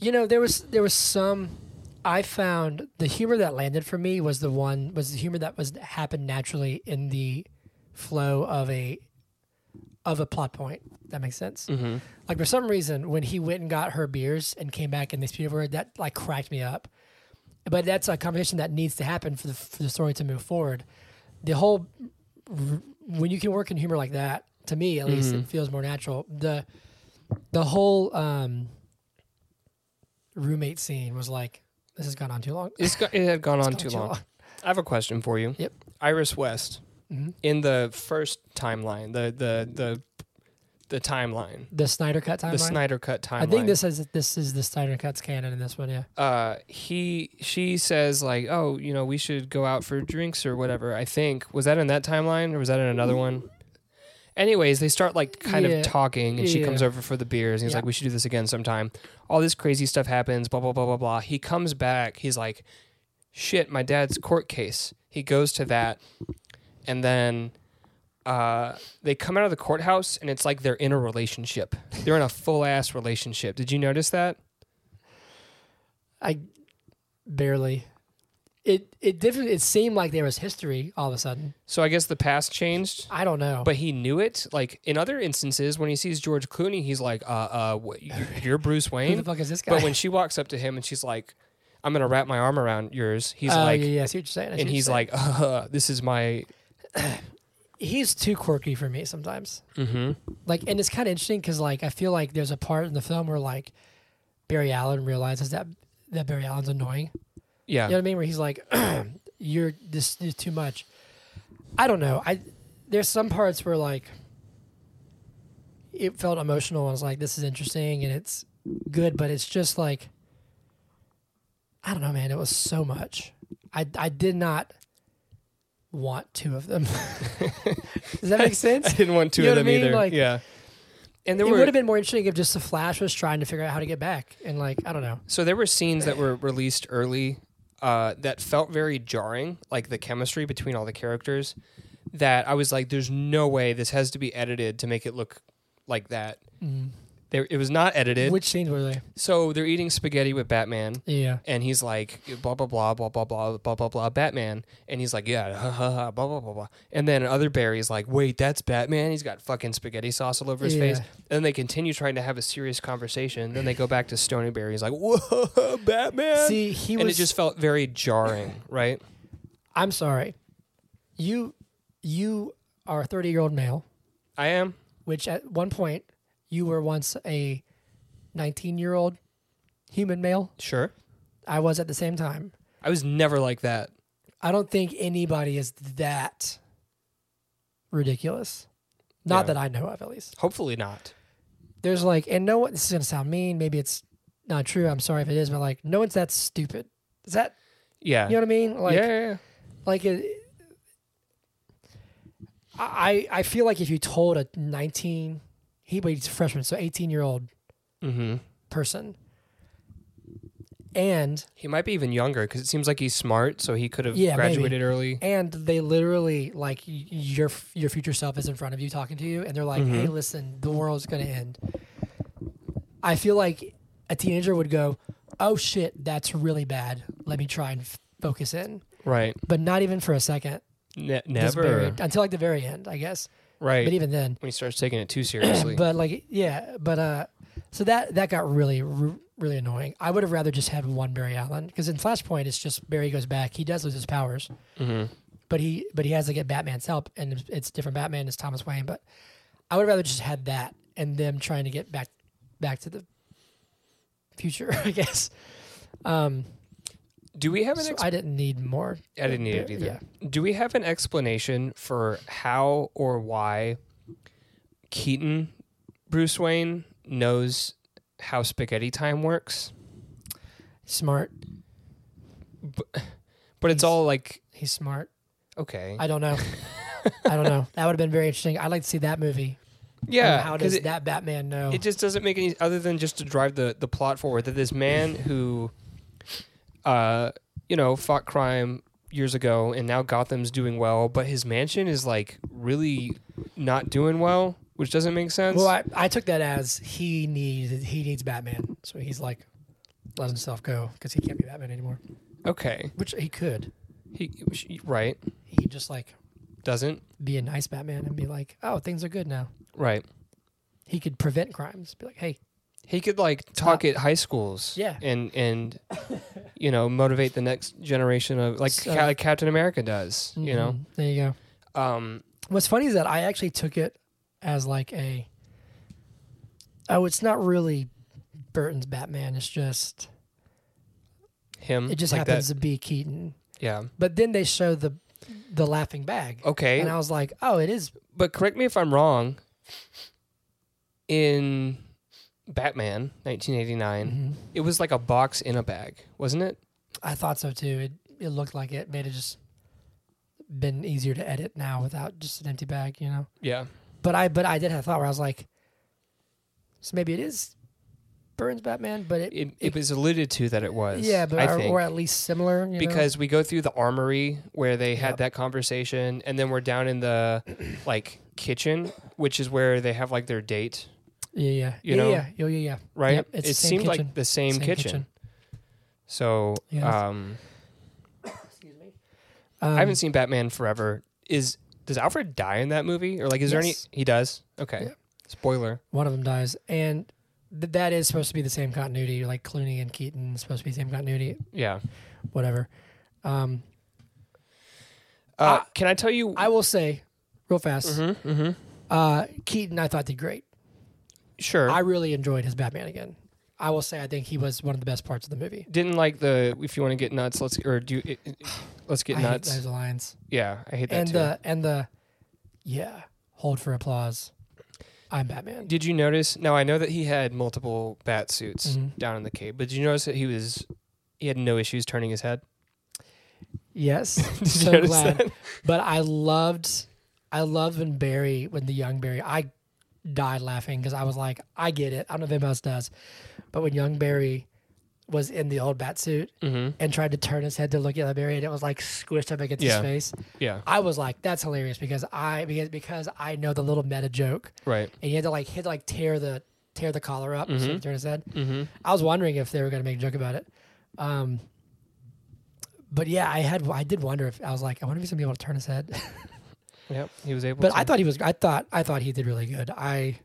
You know, there was there was some. I found the humor that landed for me was the one was the humor that was happened naturally in the flow of a of a plot point. That makes sense. hmm Like for some reason, when he went and got her beers and came back and they spewed over, it, that like cracked me up. But that's a conversation that needs to happen for the for the story to move forward. The whole when you can work in humor like that, to me at least, Mm-hmm. it feels more natural. the The whole um, roommate scene was like, this has gone on too long. It's go- it had gone on gone too long. I have a question for you. Yep. Iris West Mhm. in the first timeline, the the the the timeline, The Snyder cut timeline. the Snyder cut timeline. I think this is this is the Snyder cuts canon in this one. Yeah. uh, he she says like, oh, you know, we should go out for drinks or whatever. I think was that in that timeline or was that in another one? Anyways, they start like kind Yeah. of talking, and she Yeah. comes over for the beers. And he's Yeah. like, "We should do this again sometime." All this crazy stuff happens. Blah blah blah blah blah. He comes back. He's like, "Shit, my dad's court case." He goes to that, and then uh, they come out of the courthouse, and it's like they're in a relationship. They're in a full ass relationship. Did you notice that? I barely. It it definitely it seemed like there was history all of a sudden. So I guess the past changed. I don't know. but he knew it. Like in other instances, when he sees George Clooney, he's like, "Uh, uh, what, you- you're Bruce who the Wayne." fuck is this guy? But when she walks up to him and she's like, "I'm gonna wrap my arm around yours," he's Oh, like, yeah, yeah, I see what you're saying. I see and what he's you're like, uh, "This is my." saying. he's too quirky for me sometimes. hmm Like, and it's kind of interesting because like I feel like there's a part in the film where like Barry Allen realizes that that Barry Allen's annoying. Yeah, You know what I mean? Where he's like, "You're this is too much." I don't know. I there's some parts where like it felt emotional. I was like, "This is interesting and it's good," but it's just like I don't know, man. It was so much. I I did not want two of them. Does that make I sense? didn't want two You know of what I them mean? either. Like- yeah, and It there would were have been more interesting if just the Flash was trying to figure out how to get back and like I don't know. so there were scenes that were released early uh, that felt very jarring, like the chemistry between all the characters. That I was like, "There's no way this has to be edited to make it look like that." There, it was not edited. Which scenes were they? So they're eating spaghetti with Batman, Yeah. and he's like, blah blah blah blah blah blah blah blah blah Batman, and he's like, yeah, ha, ha, ha, blah blah blah blah, and then other Barry's like, wait, that's Batman. He's got fucking spaghetti sauce all over his Yeah. face. And then they continue trying to have a serious conversation. Then they go back to Stony Barry. He's like, whoa, Batman. See, he and was it just felt very jarring, right? I'm sorry. You you are a 30 year old male, I am. which at one point you were once a 19 year old human male. Sure. I was at the same time. I was never like that. I don't think anybody is that ridiculous. Not Yeah. that I know of, at least. Hopefully not. There's like, and no one, this is going to sound mean. Maybe it's not true. I'm sorry if it is, but like, no one's that stupid. Is that, Yeah. you know what I mean? Like, yeah, yeah, yeah. like it, I I feel like if you told a 19 he but he's a freshman so 18 year old Mm-hmm. person and He might be even younger because it seems like he's smart, so he could have Yeah, maybe. graduated early. and they literally like y- your your future self is in front of you talking to you and they're like Mm-hmm. hey listen the world's going to end I feel like a teenager would go oh shit that's really bad let me try and f- focus in Right. but not even for a second Ne- Just never. buried- until like the very end I guess Right. but even then when he starts taking it too seriously. but like yeah but uh so that that got really r- really annoying i would have rather just had one barry allen because in flashpoint it's just barry goes back he does lose his powers Mhm. but he but he has to get batman's help and it's- it's different batman it's thomas wayne but i would have rather just had that and them trying to get back back to the future, I guess. Um, Do we have an? so Ex- I didn't need more. I didn't need it Yeah. either. Do we have an explanation for how or why Keaton Bruce Wayne knows how spaghetti time works? Smart. But it's He's- all like He's smart. okay, I don't know. I don't know. That would have been very interesting. I'd like to see that movie. I mean, yeah. How 'cause does it, that Batman know? It just doesn't make any other than just to drive the the plot forward that this man Mm. who, uh, you know, fought crime years ago and now Gotham's doing well, but his mansion is like really not doing well, which doesn't make sense. well, I, I took that as he needs he needs Batman, so he's like let himself go because he can't be Batman anymore. okay, Which he could. he right He could just like doesn't be a nice Batman and be like, oh, things are good now. right. He could prevent crimes. Be like, hey, He could like Stop. talk at high schools, Yeah. and and you know motivate the next generation of like, So- Ca- like Captain America does, you know. mhm, there you go. Um, What's funny is that I actually took it as like a oh, it's not really Burton's Batman. It's just him, it just like happens That. to be Keaton. Yeah. But then they show the the laughing bag, Okay. and I was like, oh, it is. but correct me if I'm wrong. In Batman 1989, mm-hmm, it was like a box in a bag, wasn't it? I thought so too. It it looked like it made it just been easier to edit now without just an empty bag, you know. Yeah. But I but I did have a thought where I was like, so maybe it is Burns Batman, but it, It, it was alluded to that it was. yeah, but I or, think. or at least similar you know? because we go through the armory where they had Yep. that conversation, and then we're down in the like kitchen, which is where they have like their date, yeah, yeah, you yeah, know, yeah, yeah, yeah, yeah. right? Yep, it's it the same seemed kitchen. like the same, Same kitchen. kitchen. So, Yeah, that's- um, Um, I haven't seen Batman Forever. Is does Alfred die in that movie, or like is there any? Yes. He does. Okay. Yeah. Spoiler. One of them dies, and th- that is supposed to be the same continuity, like Clooney and Keaton is supposed to be the same continuity, Yeah. whatever. Um, Uh, can I tell you? I will say, real fast, mm-hmm, mm-hmm. uh, Keaton I thought did great. Sure. I I really enjoyed his Batman again. I will say I think he was one of the best parts of the movie. didn't like the. If you want to get nuts, let's or do. It, it- let's get I hate nuts. those lines yeah, I hate that and uh, too. the and the yeah hold for applause. I'm Batman. did you notice? Now I know that he had multiple bat suits Mhm. down in the cave, but did you notice that he was? He had no issues turning his head. Yes, Did you so notice glad. that? But I loved, I loved when Barry, when the young Barry, I died laughing because I was like, I get it. I don't know if anybody else does, but when young Barry was in the old bat suit Mhm. and tried to turn his head to look at the Barry, and it was like squished up against Yeah. his face. Yeah. I was like, that's hilarious because I because because I know the little meta joke, Right. and he had to like he had to like tear the tear the collar up so he could turn his head. Mm-hmm. I was wondering if they were going to make a joke about it. Um, but yeah, I had I did wonder if I was like, I wonder if he's gonna be able to turn his head. Yep. He was able. but to. I thought he was. I thought I thought he did really good. I,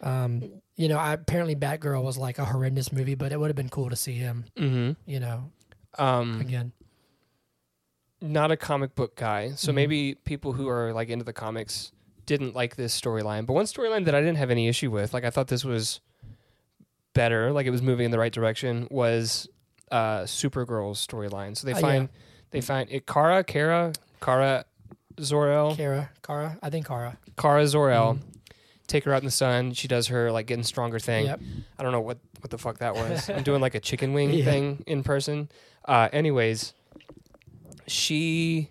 um, you know, I, apparently Batgirl was like a horrendous movie, but it would have been cool to see him. Mm-hmm. You know, Um. again. not a comic book guy, so Mhm. maybe people who are like into the comics didn't like this storyline. But one storyline that I didn't have any issue with, like I thought this was better, like it was moving in the right direction, was uh Supergirl's storyline. So they Uh, yeah. find they find it Kara, Kara, Kara Zor-El, Kara, Mm-hmm. Kara, I think Kara. Kara Zor-El. Take her out in the sun. She does her like getting stronger thing. Yep. I don't know what what the fuck that was. I'm doing like a chicken wing Yeah. thing in person. Uh, anyways, she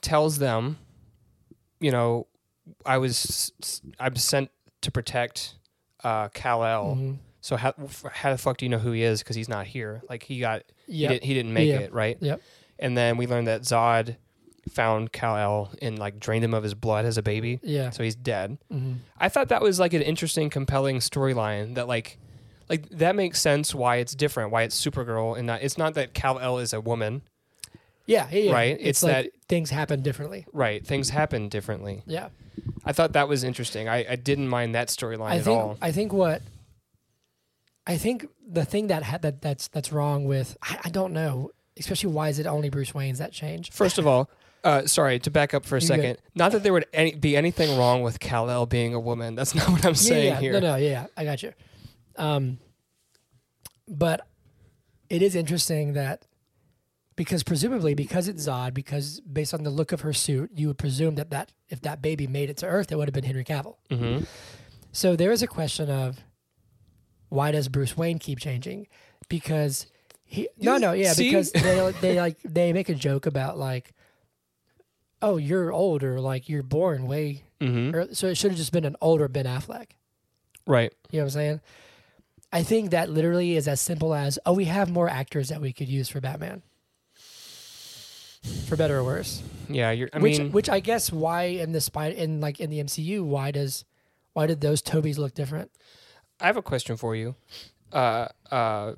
tells them, you know, I was s- I'm sent to protect uh, Kal El. Mhm. So how f- how the fuck do you know who he is? Because he's not here. Like he got Yep. he, did, he didn't make Yeah. it right. Yep. And then we learned that Zod found Kal El and like drained him of his blood as a baby. Yeah. So he's dead. Mhm. I thought that was like an interesting, compelling storyline that like like that makes sense why it's different, why it's Supergirl and not it's not that Cal El is a woman. Yeah, yeah, yeah. Right, It's, it's like things happen differently. Right. Things happen differently. Yeah. I thought that was interesting. I, I didn't mind that storyline I at think all. I think what I think the thing that ha- that that's that's wrong with I, I don't know, especially why is it only Bruce Wayne's that change? First of all, uh, sorry, to back up for a You're second. Not that there would any, be anything wrong with Cal El being a woman. That's not what I'm Yeah, saying yeah, here. No, no, yeah, I got you. Um, but it is interesting that because presumably because it's Zod, because based on the look of her suit, you would presume that that if that baby made it to Earth, it would have been Henry Cavill. Mm-hmm. So there is a question of why does Bruce Wayne keep changing? Because he no no yeah See? because they they like they make a joke about like oh you're older like you're born way Mm-hmm. early. so it should have just been an older Ben Affleck. Right. You know what I'm saying? I think that literally is as simple as oh we have more actors that we could use for Batman. For better or worse Yeah. You're. I which mean. which I guess why in the spy in like in the MCU why does why did those Tobys look different? I have a question for you. Uh, uh,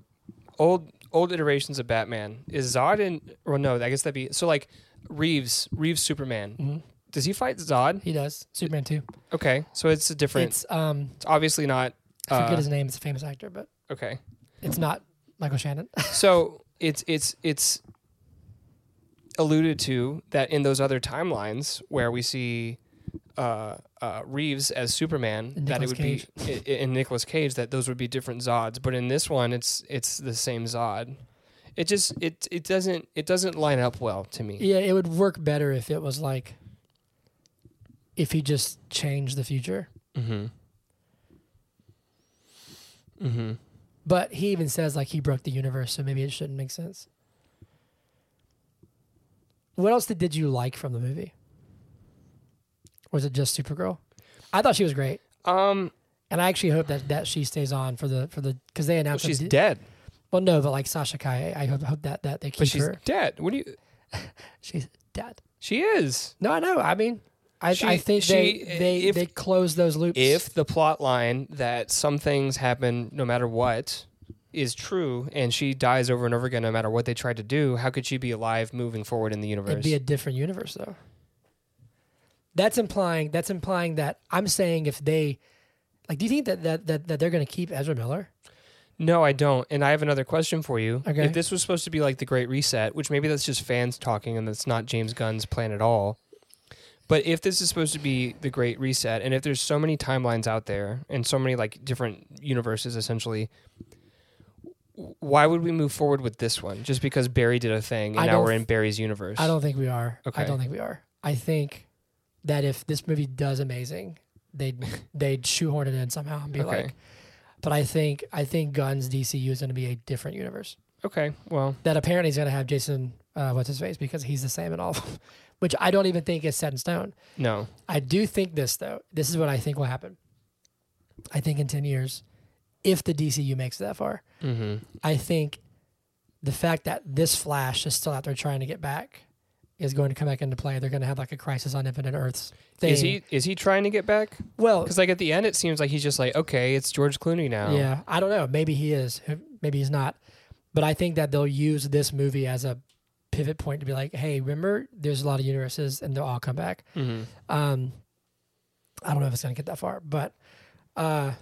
old old iterations of Batman is Zod in? Or no, I guess that'd be so. Like Reeves, Reeves Superman. Mm-hmm. Does he fight Zod? He does Superman too. Okay, so it's a different. It's, It's um obviously not. I forget uh, his name. It's a famous actor, but Okay, it's not Michael Shannon. so it's it's it's alluded to that in those other timelines where we see uh, uh, Reeves as Superman, And that it would Nicolas be i- i- in Nicolas Cage that those would be different Zods, but in this one it's it's the same Zod. It just it it doesn't it doesn't line up well to me. yeah, it would work better if it was like if he just changed the future. Mm-hmm. Mm-hmm. But he even says like he broke the universe, so maybe it shouldn't make sense. What else did, did you like from the movie? Was it just Supergirl? I thought she was great. Um, And I actually hope that, that she stays on for the for the because they announced she's that- dead, Well, no, but like Sasha Kai, I hope, hope that that they keep but she's her. dead. What do you? She's dead. She is. No, I know. I mean, I, She- I think she- they they if- they close those loops. If the plot line that some things happen no matter what is true, and she dies over and over again no matter what they tried to do, how could she be alive moving forward in the it'd universe? be a different universe though. That's implying that's implying that I'm saying if they like, do you think that that that, that they're going to keep Ezra Miller? no, I don't. And I have another question for you. Okay. If this was supposed to be like the Great Reset, which maybe that's just fans talking and that's not James Gunn's plan at all. But if this is supposed to be the Great Reset, and if there's so many timelines out there and so many like different universes essentially, w- why would we move forward with this one? Just because Barry did a thing and I now don't we're in th- Barry's universe. I don't think we are. I Okay. don't think we are. I think that if this movie does amazing, they'd they'd shoehorn it in somehow and be Okay. like. But I think I think Guns DCU is going to be a different universe Okay. Well, that apparently is going to have Jason uh, what's his face because he's the same in all, of them, which I don't even think is set in stone. no. I do think this though. This is what I think will happen. I think in ten years, if the DCU makes it that far, hmm I think the fact that this Flash is still out there trying to get back is going to come back into play. They're going to have like a crisis on Infinite Earths thing. Is he is he trying to get back? Well, Because like at the end, it seems like he's just like, okay, it's George Clooney now. yeah, I don't know. Maybe he is. Maybe he's not. But I think that they'll use this movie as a pivot point to be like, hey, remember, there's a lot of universes, and they'll all come back. Mhm. Um, I don't know if it's going to get that far, but uh,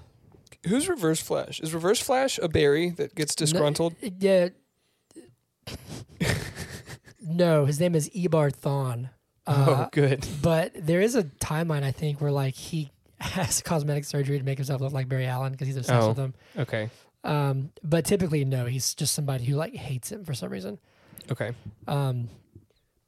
Who's Reverse Flash? Is Reverse Flash a Barry that gets disgruntled? yeah. no, his name is Ebar Thawne. Uh, oh, good. But there is a timeline I think where like he has cosmetic surgery to make himself look like Barry Allen because he's obsessed Oh. with him. Okay. Um, but typically, no, he's just somebody who like hates him for some reason. Okay. Um,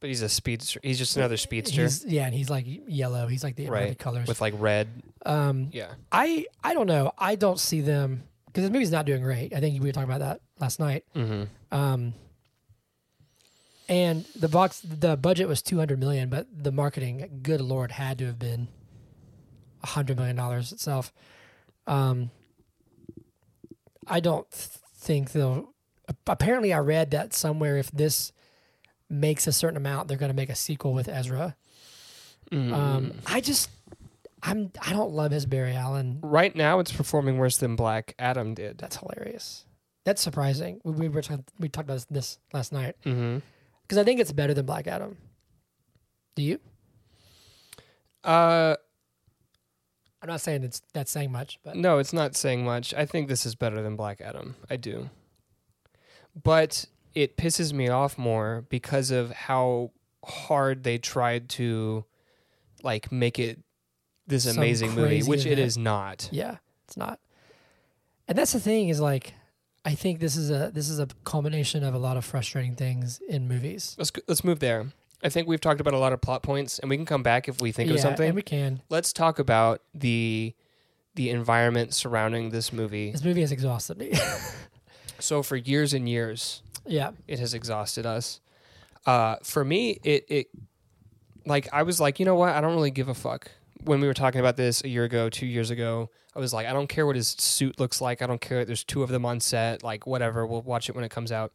But he's a speedster. He's just another speedster he's, yeah, and he's like yellow. He's like the Right, right. colors. with like red. um, Yeah. I I don't know. I don't see them because this movie's not doing great. I think we were talking about that last night. Mm-hmm. Um, and the box, the budget was two hundred million, but the marketing, good lord, had to have been hundred million dollars itself. Um, I don't th- think they'll. Apparently, I read that somewhere. If this makes a certain amount, they're going to make a sequel with Ezra. Um, I just, I'm, I don't love his Barry Allen. right now, it's performing worse than Black Adam did. That's hilarious. That's surprising. We, we were talking, we talked about this, this last night. Mm-hmm. Because I think it's better than Black Adam. Do you? Uh, I'm not saying it's that's saying much, but no, it's not saying much. I think this is better than Black Adam. I do. But it pisses me off more because of how hard they tried to like make it this Some amazing movie, crazy which it event. is not. yeah, it's not. And that's the thing is like, I think this is a this is a culmination of a lot of frustrating things in movies. Let's let's move there. I think we've talked about a lot of plot points, and we can come back if we think of Yeah, something. and we can. let's talk about the the environment surrounding this movie. This movie has exhausted me. So for years and years, yeah, it has exhausted us. Uh, for me, it it like I was like, you know what? I don't really give a fuck. When we were talking about this a year ago, two years ago, I was like, I don't care what his suit looks like. I don't care. that There's two of them on set. Like whatever. We'll watch it when it comes out.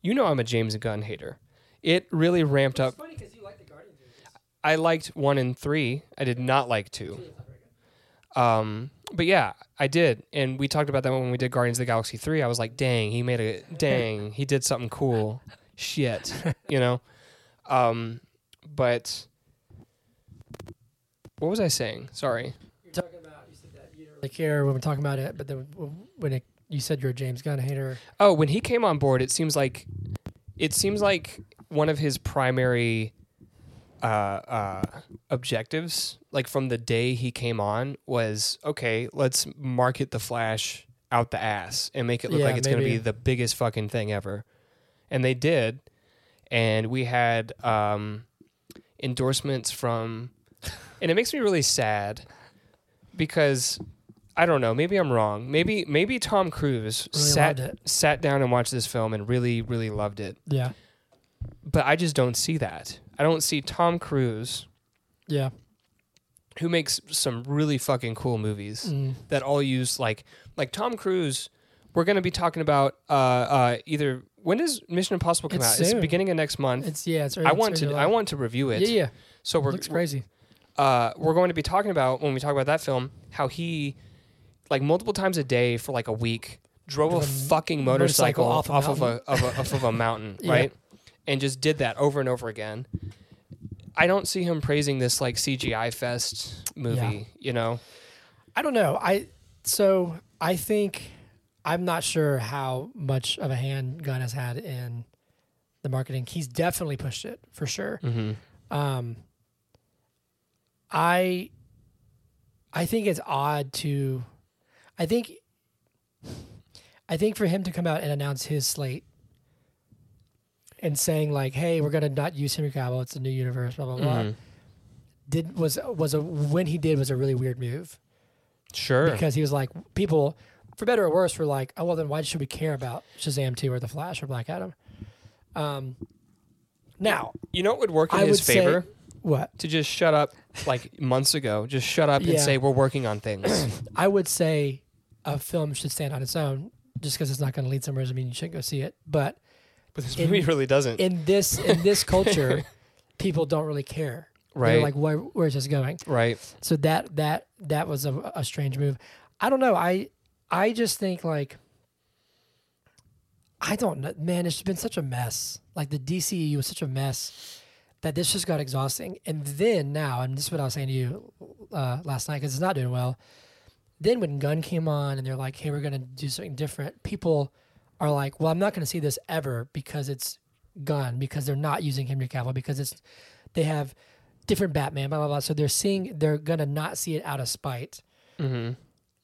You know, I'm a James Gunn hater. It really ramped up. funny because you like the Guardians. I liked one and three. I did not like two. Um, but yeah, I did, and we talked about that when we did Guardians of the Galaxy three. I was like, dang, he made a dang, he did something cool. Shit, you know. Um, but what was I saying? Sorry. You're talking about you said that you don't really care when we're talking about it, but then when it, you said you're a James Gunn hater, Oh, when he came on board, it seems like it seems like one of his primary uh, uh, objectives, like from the day he came on, was okay. Let's market the Flash out the ass and make it look Yeah, like it's going to maybe. be the biggest fucking thing ever, and they did. And we had um, endorsements from, and it makes me really sad because I don't know. Maybe I'm wrong. Maybe maybe Tom Cruise Really sat loved sat down and watched this film and really really loved it. yeah, But I just don't see that. I don't see Tom Cruise, yeah, who makes some really fucking cool movies mm, that all use like like Tom Cruise. We're gonna be talking about uh, uh, either when does Mission Impossible come It's out? It's soon. beginning of next month. it's yeah, it's. I want to I want to review it. Yeah, yeah, So we're looks crazy. uh, we're going to be talking about when we talk about that film how he like multiple times a day for like a week drove a Drove a fucking motorcycle, motorcycle off, off a of a of a, off of a mountain Yeah. right and just did that over and over again i don't see him praising this like cgi fest movie Yeah. you know I don't know. I so I think I'm not sure how much of a hand Gunn has had in the marketing. He's definitely pushed it for sure. mm-hmm. Um, I I think it's odd to I think I think for him to come out and announce his slate and saying like, "Hey, we're gonna not use Henry Cavill. It's a new universe." Blah blah blah. Mhm. Did was was a when he did was a really weird move sure because he was like people for better or worse were like oh well then why should we care about shazam 2 or the flash or black adam um now you know what would work in i would his favor say what to just shut up like months ago just shut up and Yeah. say we're working on things i would say a film should stand on its own just because it's not going to lead somewhere doesn't mean you shouldn't go see it but but this In- movie really doesn't in this in this culture people don't really care right They're like where, where's this going right so that that that was a, a strange move i don't know i i just think like i don't know man it's been such a mess like the dceu was such a mess that this just got exhausting and then now and this is what i was saying to you uh, last night because it's not doing well then when gun came on and they're like hey we're going to do something different people are like well i'm not going to see this ever because it's gun because they're not using henry cavill because it's they have different batman blah blah blah so they're seeing they're going to not see it out of spite mm-hmm.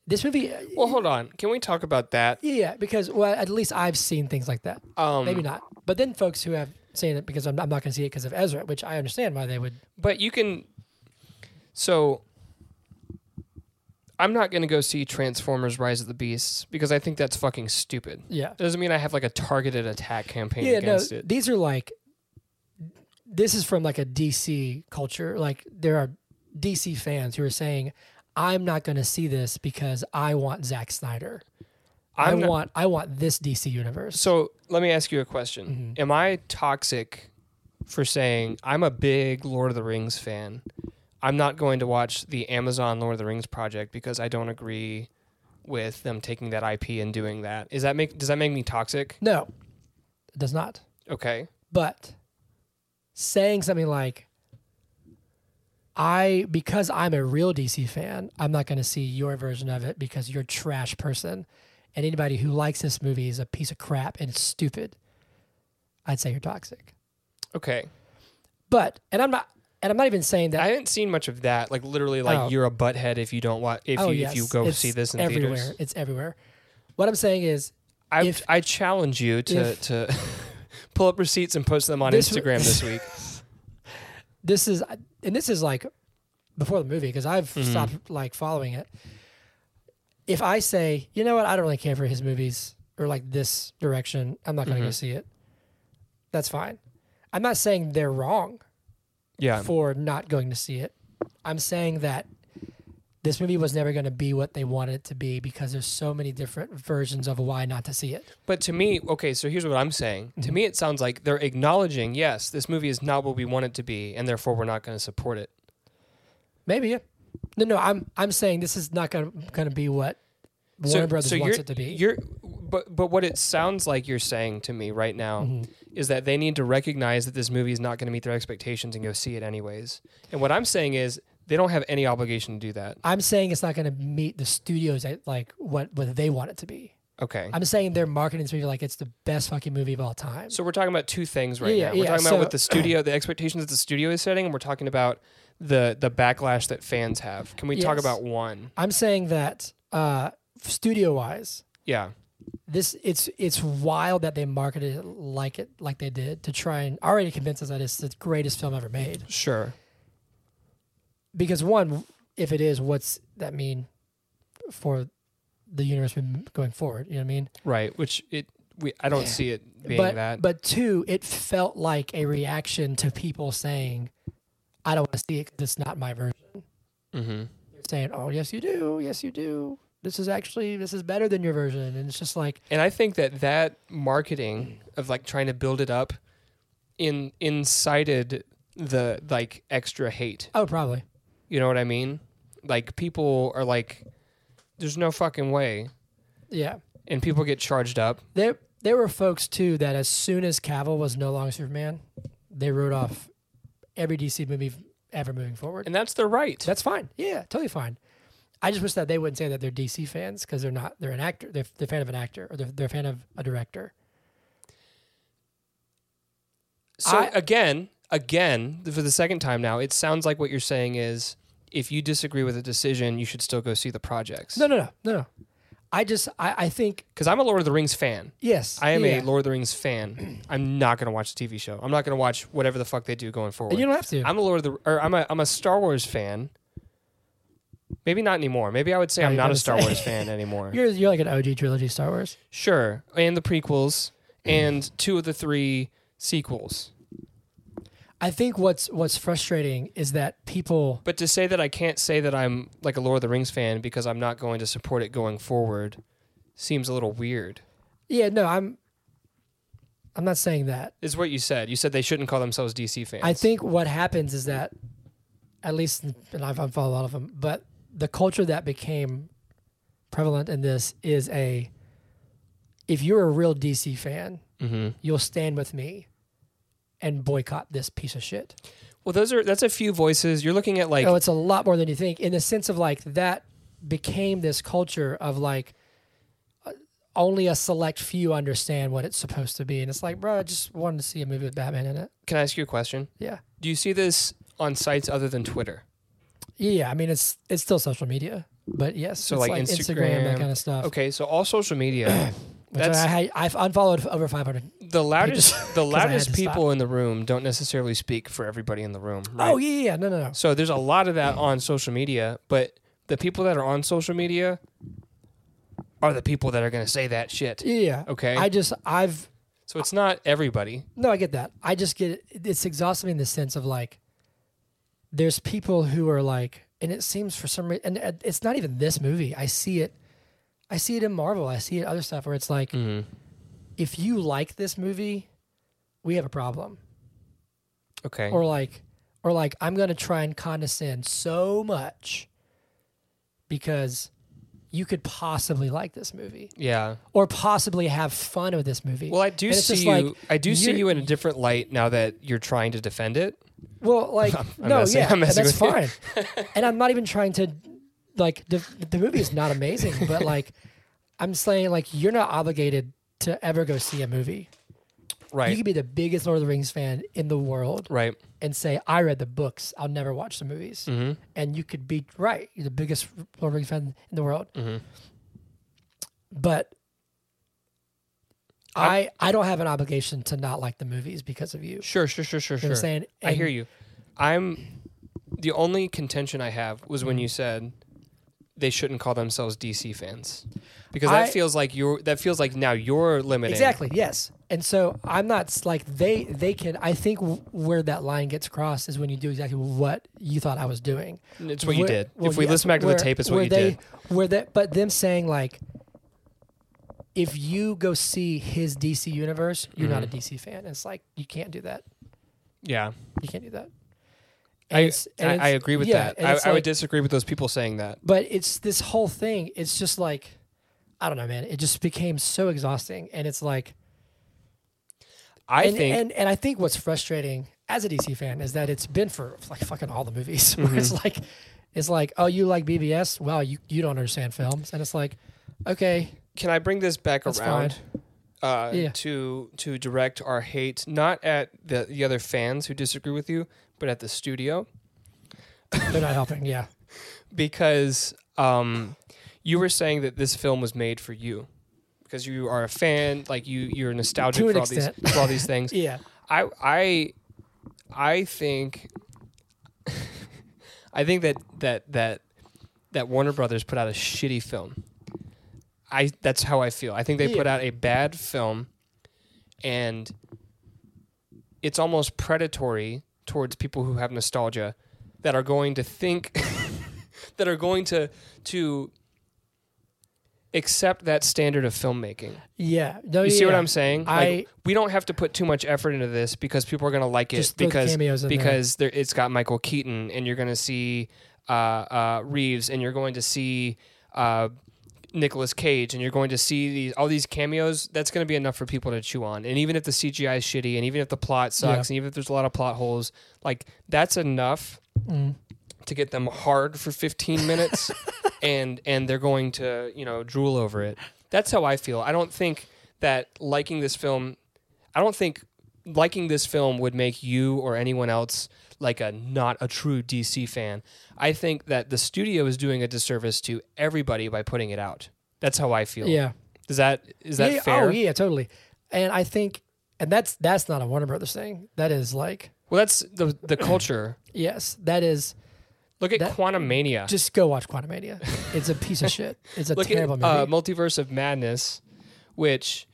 this movie uh, well hold on can we talk about that yeah, yeah because well at least i've seen things like that um maybe not but then folks who have seen it because i'm, I'm not going to see it because of ezra which i understand why they would But you can. So, I'm not going to go see Transformers: Rise of the Beasts because I think that's fucking stupid. yeah Doesn't mean I have like a targeted attack campaign yeah no against it. these are like this is from like a dc culture like there are dc fans who are saying i'm not going to see this because i want Zack snyder i I'm not- want i want this dc universe So let me ask you a Mm-hmm. question: Am I toxic for saying I'm a big Lord of the Rings fan? I'm not going to watch the Amazon Lord of the Rings project because I don't agree with them taking that IP and doing that. Is that make does that make me toxic? no it does not Okay. But saying something like, I, because I'm a real DC fan, I'm not going to see your version of it because you're a trash person. And anybody who likes this movie is a piece of crap and it's stupid. I'd say you're toxic. Okay. But, and I'm not, and I'm not even saying that. I haven't seen much of that. Like literally, like Oh. you're a butthead if you don't watch if you if you go see this in everywhere. theaters. It's everywhere. What I'm saying is, I, If- I challenge you to if- to pull up receipts and post them on This- Instagram this week. this is and this is like before the movie because I've stopped like following it. If I say, you know what, I don't really care for his movies or like this direction, I'm not going to go see it. That's fine. I'm not saying they're wrong Yeah, for not going to see it. I'm saying that this movie was never going to be what they wanted it to be because there's so many different versions of why not to see it. but to me, okay. So here's what I'm saying. To Mm-hmm. me, it sounds like they're acknowledging, yes, this movie is not what we want it to be, and therefore we're not going to support it. Maybe. yeah. No, no, I'm I'm saying this is not going to be what Warner Brothers wants you're- it to be. You're, but but what it sounds like you're saying to me right now Mm-hmm. is that they need to recognize that this movie is not going to meet their expectations and go see it anyways. And what I'm saying is they don't have any obligation to do that. I'm saying it's not going to meet the studios at, like what what they want it to be. Okay. I'm saying they're marketing this movie like it's the best fucking movie of all time. so we're talking about two things right Yeah, now. We're yeah, talking so- about what the studio, the expectations that the studio is setting, and we're talking about the the backlash that fans have. Can we talk Yes. about one? I'm saying that uh, studio wise, Yeah. this it's it's wild that they marketed it like it like they did to try and already convince us that it's the greatest film ever made. Sure. Because one, if it is, what's that mean for the universe going forward? You know what I mean? Right. Which it we I don't see it being but that. but two, it felt like a reaction to people saying, "I don't want to see it 'cause it's not my version." mm-hmm. They're saying, "Oh, yes, you do. Yes, you do. This is actually this is better than your version." And it's just like, And I think that that marketing of like trying to build it up in incited the like extra hate. "Oh, probably." You know what I mean? Like people are like there's no fucking way Yeah, and people get charged up. there there were folks too that as soon as Cavill was no longer Superman, they wrote off every DC movie ever moving forward. And that's their right. That's fine. Yeah, totally fine. I just wish that they wouldn't say that they're DC fans because they're not. They're an actor. They're, they're a fan of an actor or they're, they're a fan of a director. so I- again, again, for the second time now, it sounds like what you're saying is if you disagree with a decision, you should still go see the projects. No, no, no, no, no. I just, I, I think, Cuz I'm a Lord of the Rings fan. yes. I am yeah. a Lord of the Rings fan. I'm not going to watch the TV show. I'm not going to watch whatever the fuck they do going forward. And you don't have to. I'm a Lord of the or I'm a I'm a Star Wars fan. Maybe not anymore. Maybe I would say Oh, I'm you're not gonna a Star say- Wars fan anymore. you're, you're like an OG trilogy Star Wars. Sure, and the prequels Mm-hmm. and two of the three sequels. I think what's what's frustrating is that people, But to say that I can't say that I'm like a Lord of the Rings fan because I'm not going to support it going forward seems a little weird. yeah, no, I'm, I'm not saying that. Is what you said. You said they shouldn't call themselves DC fans. I think what happens is that, at least, and I've unfollowed a lot of them, but the culture that became prevalent in this is a, if you're a real DC fan, hmm you'll stand with me, and boycott this piece of shit. Well, those are that's a few voices. You're looking at like oh, it's a lot more than you think in the sense of like that became this culture of like uh, only a select few understand what it's supposed to be and it's like bro i just wanted to see a movie with batman in it Can I ask you a question? yeah Do you see this on sites other than Twitter? yeah i mean it's it's still social media but yes So, it's like, that Instagram. kind of stuff Okay, so all social media which that's- I, I, i've unfollowed over 500 the loudest the I had to loudest stop. people in the room don't necessarily speak for everybody in the room right? oh yeah, yeah yeah no no no so there's a lot of that on social media but the people that are on social media are the people that are going to say that shit yeah yeah. okay i just i've so it's not everybody No, I get that. I just get it. It's exhausting in the sense of like, there's people who are like, and it seems for some reason, and uh, it's not even this movie. I see it, I see it in Marvel. I see it other stuff where it's like, Mm-hmm. if you like this movie, we have a problem. okay Or like, or like, I'm gonna try and condescend so much because you could possibly like this movie yeah or possibly have fun with this movie. well i do And it's see just you like, i do see you're- you in a different light now that you're trying to defend it Well, like I'm no, messing- yeah, I'm and messing that's fine. with and I'm not even trying to like the, the movie is not amazing, but like I'm saying like you're not obligated to ever go see a movie. You right could be the biggest Lord of the Rings fan in the world right and say I read the books, I'll never watch the movies. Mhm. And you could be right, you're the Mm-hmm. biggest Lord of the Rings fan in the world. But I, I don't have an obligation to not like the movies because of you. Sure, sure, sure, sure, You know what sure. I'm saying? I hear And- you. I'm the only contention I have was Mm. when you said they shouldn't call themselves DC fans because I- that feels like you're that feels like now you're limiting Exactly. Yes. And so I'm not s- like they they can. I think w- where that line gets crossed is when you do exactly what you thought I was doing. It's what you Where- did. well, if we yeah, listen back to where- the tape, it's what where you they, did. Where that, but them saying like, if you go see his DC universe, you're not a Mm-hmm. DC fan. It's like you can't do that. Yeah, You can't do that. I, it's- and I, I it's- agree with yeah, that. and I, it's I would like- disagree with those people saying that. But it's this whole thing. It's just like, I don't know, man. It just became so exhausting, and it's like. I and, think and and I think what's frustrating as a DC fan is that it's been for like fucking all the movies where Mm-hmm. it's like it's like oh you like BBS wow you you don't understand films and it's like okay can I bring this back That's around uh, Yeah. to to direct our hate not at the the other fans who disagree with you, but at the studio they're not helping yeah because um, you were saying that this film was made for you because you are a fan, like you you're nostalgic To an for all these extent. for all these things. yeah I I I think I think that that that that Warner Brothers put out a shitty film. I that's how I feel. I think they put Yeah. out a bad film and it's almost predatory towards people who have nostalgia that are going to think that are going to to accept that standard of filmmaking. yeah no You see what yeah. I'm saying? I- like, we don't have to put too much effort into this because people are going to like it Just throw the because cameos in there. because there. it's got Michael Keaton and you're going to see uh, uh, Reeves and you're going to see uh, Nicolas Cage and you're going to see these all these cameos. That's going to be enough for people to chew on. And even if the CGI is shitty and even if the plot sucks Yeah. and even if there's a lot of plot holes, like that's enough Mm. to get them hard for 15 minutes and and they're going to you know drool over it that's how i feel i don't think that liking this film i don't think liking this film would make you or anyone else like a not a true dc fan i think that the studio is doing a disservice to everybody by putting it out that's how i feel yeah is that is that yeah, fair oh yeah totally and I think and that's that's not a Warner Brothers thing that is like well that's the the culture yes that is look at That- quantum mania just go watch Quantumania it's a piece of shit it's a look at terrible uh, movie Multiverse of Madness, which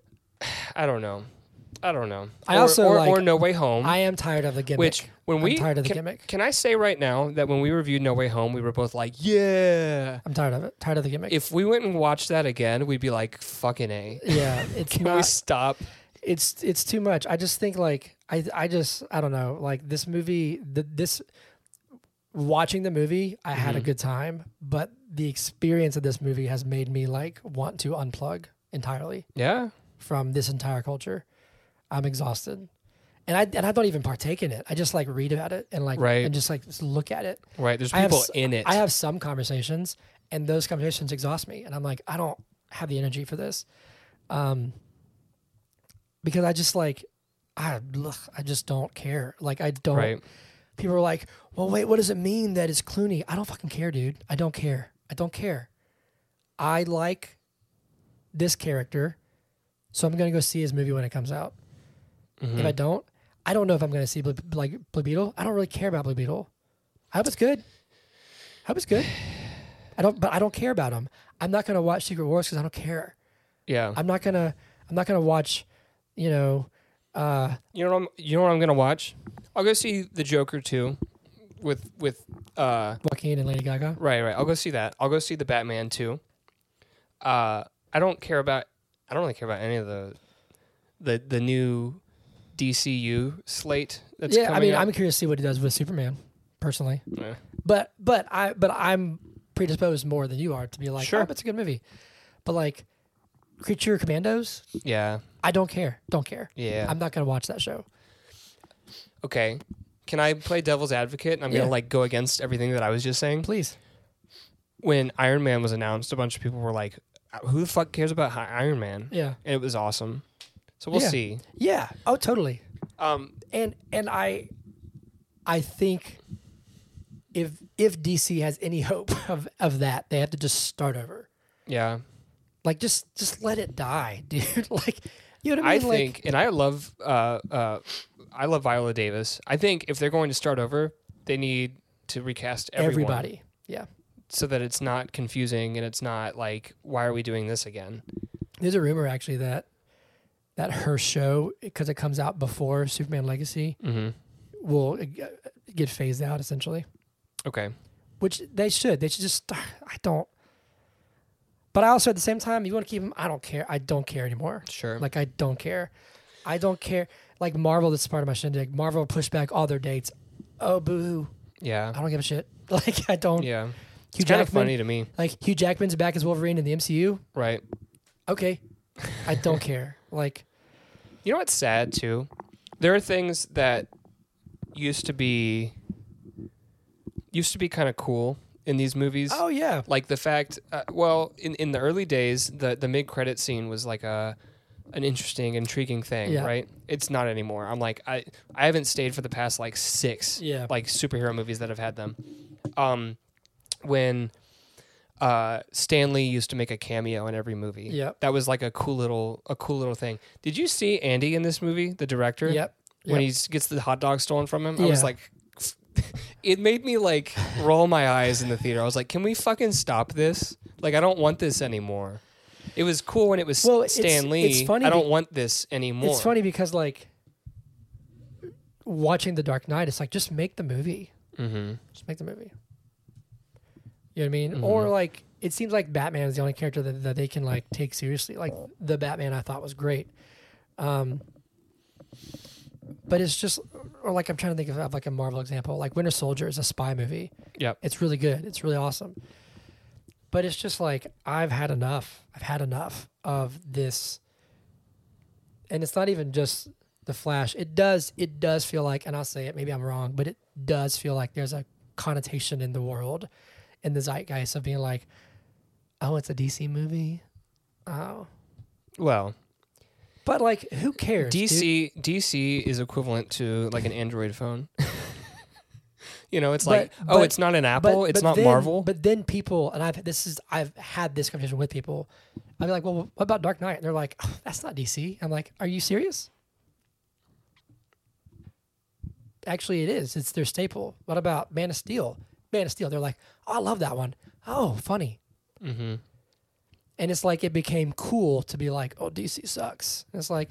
I don't know, I don't know. I or, also or, like- or No Way Home, I am tired of the gimmick which when we I'm tired of the can, gimmick can I say right now that when we reviewed No Way Home, we were both like, yeah. I'm tired of it tired of the gimmick If we went and watched that again, we'd be like, fucking a. yeah it's Can not we stop? it's it's too much. I just think like I I just I don't know like this movie the, this watching the movie I had Mm-hmm. a good time, but the experience of this movie has made me like want to unplug entirely Yeah, from this entire culture. I'm exhausted, and I and I don't even partake in it. I just like read about it and like Right. and just like just look at it. right. There's I have people s- in it. I have some conversations, and those conversations exhaust me, and I'm like, I don't have the energy for this, um, because I just like, I ugh, I just don't care. Like I don't. right. People are like, well, wait, what does it mean that it's Clooney? I don't fucking care, dude. I don't care. I don't care. I like this character, so I'm gonna go see his movie when it comes out. If I don't, I don't know if I'm gonna see Blue, like Blue Beetle. I don't really care about Blue Beetle. I hope it's good. I hope it's good. I don't, but I don't care about him. I'm not gonna watch Secret Wars because I don't care. Yeah. I'm not gonna. I'm not gonna watch. You know. Uh, You know what I'm, you know what I'm gonna watch? I'll go see the Joker too, with with uh Joaquin and Lady Gaga. Right, right. I'll go see that. I'll go see the Batman too. Uh, I don't care about. I don't really care about any of the, the the new DCU slate that's yeah, I coming mean, out. I'm curious to see what he does with Superman, personally. Yeah. But but I but I'm predisposed more than you are to be like, Sure. sure, it's a good movie. But like, Creature Commandos, yeah, I don't care, don't care. yeah. I'm not gonna watch that show. okay, can I play devil's advocate? And I'm Yeah. gonna like go against everything that I was just saying. Please, When Iron Man was announced, a bunch of people were like, "Uh, "Who the fuck cares about Hi- Iron Man?" yeah, And it was awesome. So we'll Yeah. see. yeah. Oh, totally. Um, And and I, I think if if DC has any hope of of that, they have to just start over. yeah, Like just just let it die, dude. like you know what I I mean? like, think, and I love, uh, uh, I love Viola Davis. I think if they're going to start over, they need to recast everyone everybody. Yeah. so that it's not confusing and it's not like, why are we doing this again? There's a rumor actually that that her show because it comes out before Superman Legacy Mm-hmm. will uh, get phased out essentially, Okay. which they should. They should just I don't. But I also at the same time, you want to keep them. I don't care. I don't care anymore. Sure. Like I don't care. I don't care. Like Marvel, that's part of my shindig. Marvel pushed back all their dates. Oh boo! I yeah. don't give a shit. Like I don't. Yeah. Hugh it's Jackman. kind of funny to me. Like Hugh Jackman's back as Wolverine in the MCU. Right. Okay, I don't care. Like You know what's sad too? There are things that used to be used to be kind of cool in these movies. oh yeah, like the fact uh, well in, in the early days the the mid credit scene was like a an interesting intriguing thing Yeah. right it's not anymore i'm like i i haven't stayed for the past like six Yeah. like superhero movies that have had them um when uh stanley used to make a cameo in every movie Yep. that was like a cool little a cool little thing did you see andy in this movie the director yep. when yep. he gets the hot dog stolen from him. I was Yeah. like, it made me like roll my eyes in the theater. I was like, can we fucking stop this? Like, I don't want this anymore. It was cool when it was Well, it's- Stan Lee. it's funny I don't be- want this anymore. It's funny because like watching The Dark Knight, it's like just make the movie. Mm-hmm. Just make the movie. You know what I mean? Mm-hmm. Or like it seems like Batman is the only character that, that they can like take seriously. Like the Batman I thought was great. Um but it's just or like I'm trying to think of, of like a Marvel example. Like Winter Soldier is a spy movie. Yep. It's really good. It's really awesome. But it's just like I've had enough. I've had enough of this. And it's not even just the Flash. It does it does feel like and I'll say it, maybe I'm wrong, but it does feel like there's a connotation in the world in the zeitgeist of being like, "Oh, it's a DC movie." Oh. Well, But like who cares? dude? DC DC is equivalent to like an Android phone. you know, it's like, But- oh, but- it's not an Apple. it's not then, Marvel. But then people, and I've this is I've had this conversation with people. I'd be like, "Well, what about Dark Knight?" And they're like, oh, "That's not DC." I'm like, "Are you serious?" Actually, it is. It's their staple. What about Man of Steel? Man of Steel. They're like, oh, "I love that one." Oh, funny. mm-hmm. And it's like it became cool to be like, "Oh, DC sucks." And it's like,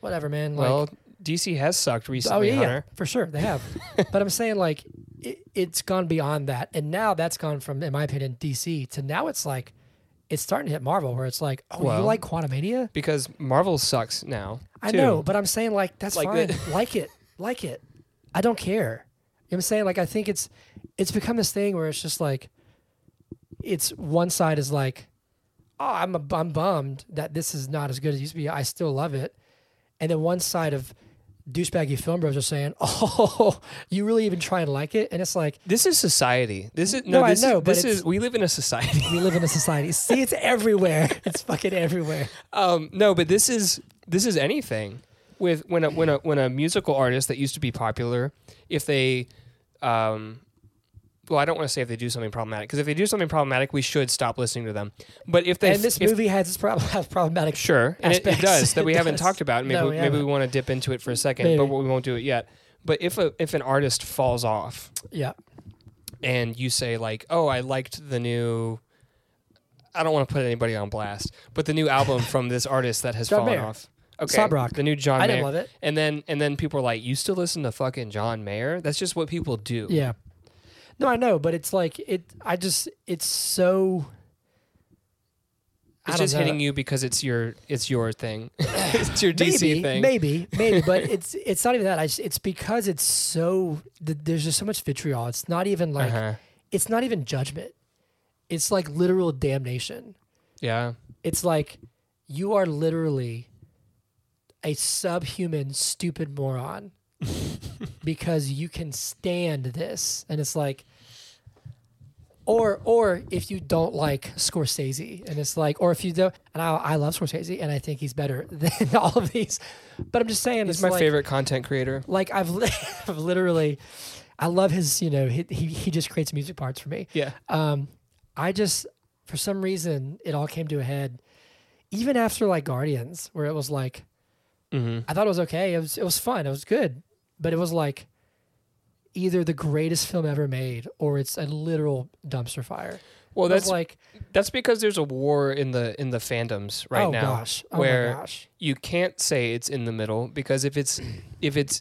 whatever, man. Like, Well, DC has sucked Oh recently, yeah, yeah, Hunter. for sure they have. but I'm saying like it, it's gone beyond that, and now that's gone from, in my opinion, DC to now it's like it's starting to hit Marvel, where it's like, oh, Well, you like Quantumania? Because Marvel sucks now. I too. know, but I'm saying like that's Like fine. that- like it, like it. I don't care. You know what I'm saying like I think it's it's become this thing where it's just like it's one side is like, oh, I'm a, I'm bummed that this is not as good as it used to be. I still love it, and then one side of douchebaggy film bros are saying, oh, you really even try and like it, and it's like This is society. This is no. No, I this is- know, but this it's- is we live in a society. we live in a society. See, it's everywhere. It's fucking everywhere. Um, no, but this is this is anything with when a when a when a musical artist that used to be popular, if they, um, well, I don't want to say if they do something problematic because if they do something problematic, we should stop listening to them. But if they And this if, movie has its prob- has problematic. Sure, and it, it aspects. does that It we haven't does. talked about. and Maybe No, we, we maybe we haven't. want to dip into it for a second, Maybe. but we won't do it yet. But if a if an artist falls off Yeah. and you say like, "Oh, I liked the new," I don't want to put anybody on blast, but the new album from this artist that has John fallen Mayer. off. Okay, Sob Rock. the new John. I Mayer. didn't love it. And then and then people are like, "You still listen to fucking John Mayer?" That's just what people do. Yeah. No, I know, but it's like it. I just it's so. I It's don't just know. hitting you because it's your it's your thing, it's your DC maybe, thing. Maybe, maybe, but it's it's not even that. I just, it's because it's so th- there's just so much vitriol. It's not even like Uh-huh. it's not even judgment. It's like literal damnation. Yeah, It's like you are literally a subhuman stupid moron because you can stand this and it's like or or if you don't like Scorsese and it's like or if you don't and I, I love Scorsese and I think he's better than all of these but I'm just saying he's it's my like, favorite content creator. like I've, li- I've literally I love his you know he, he he just creates music parts for me Yeah, um, I just, for some reason, it all came to a head even after like Guardians, where it was like Mm-hmm. I thought it was okay. It was it was fun. It was good, but it was like either the greatest film ever made or it's a literal dumpster fire. Well, It was that's like that's because there's a war in the in the fandoms right oh now. gosh, oh where- my gosh, You can't say it's in the middle because if it's if it's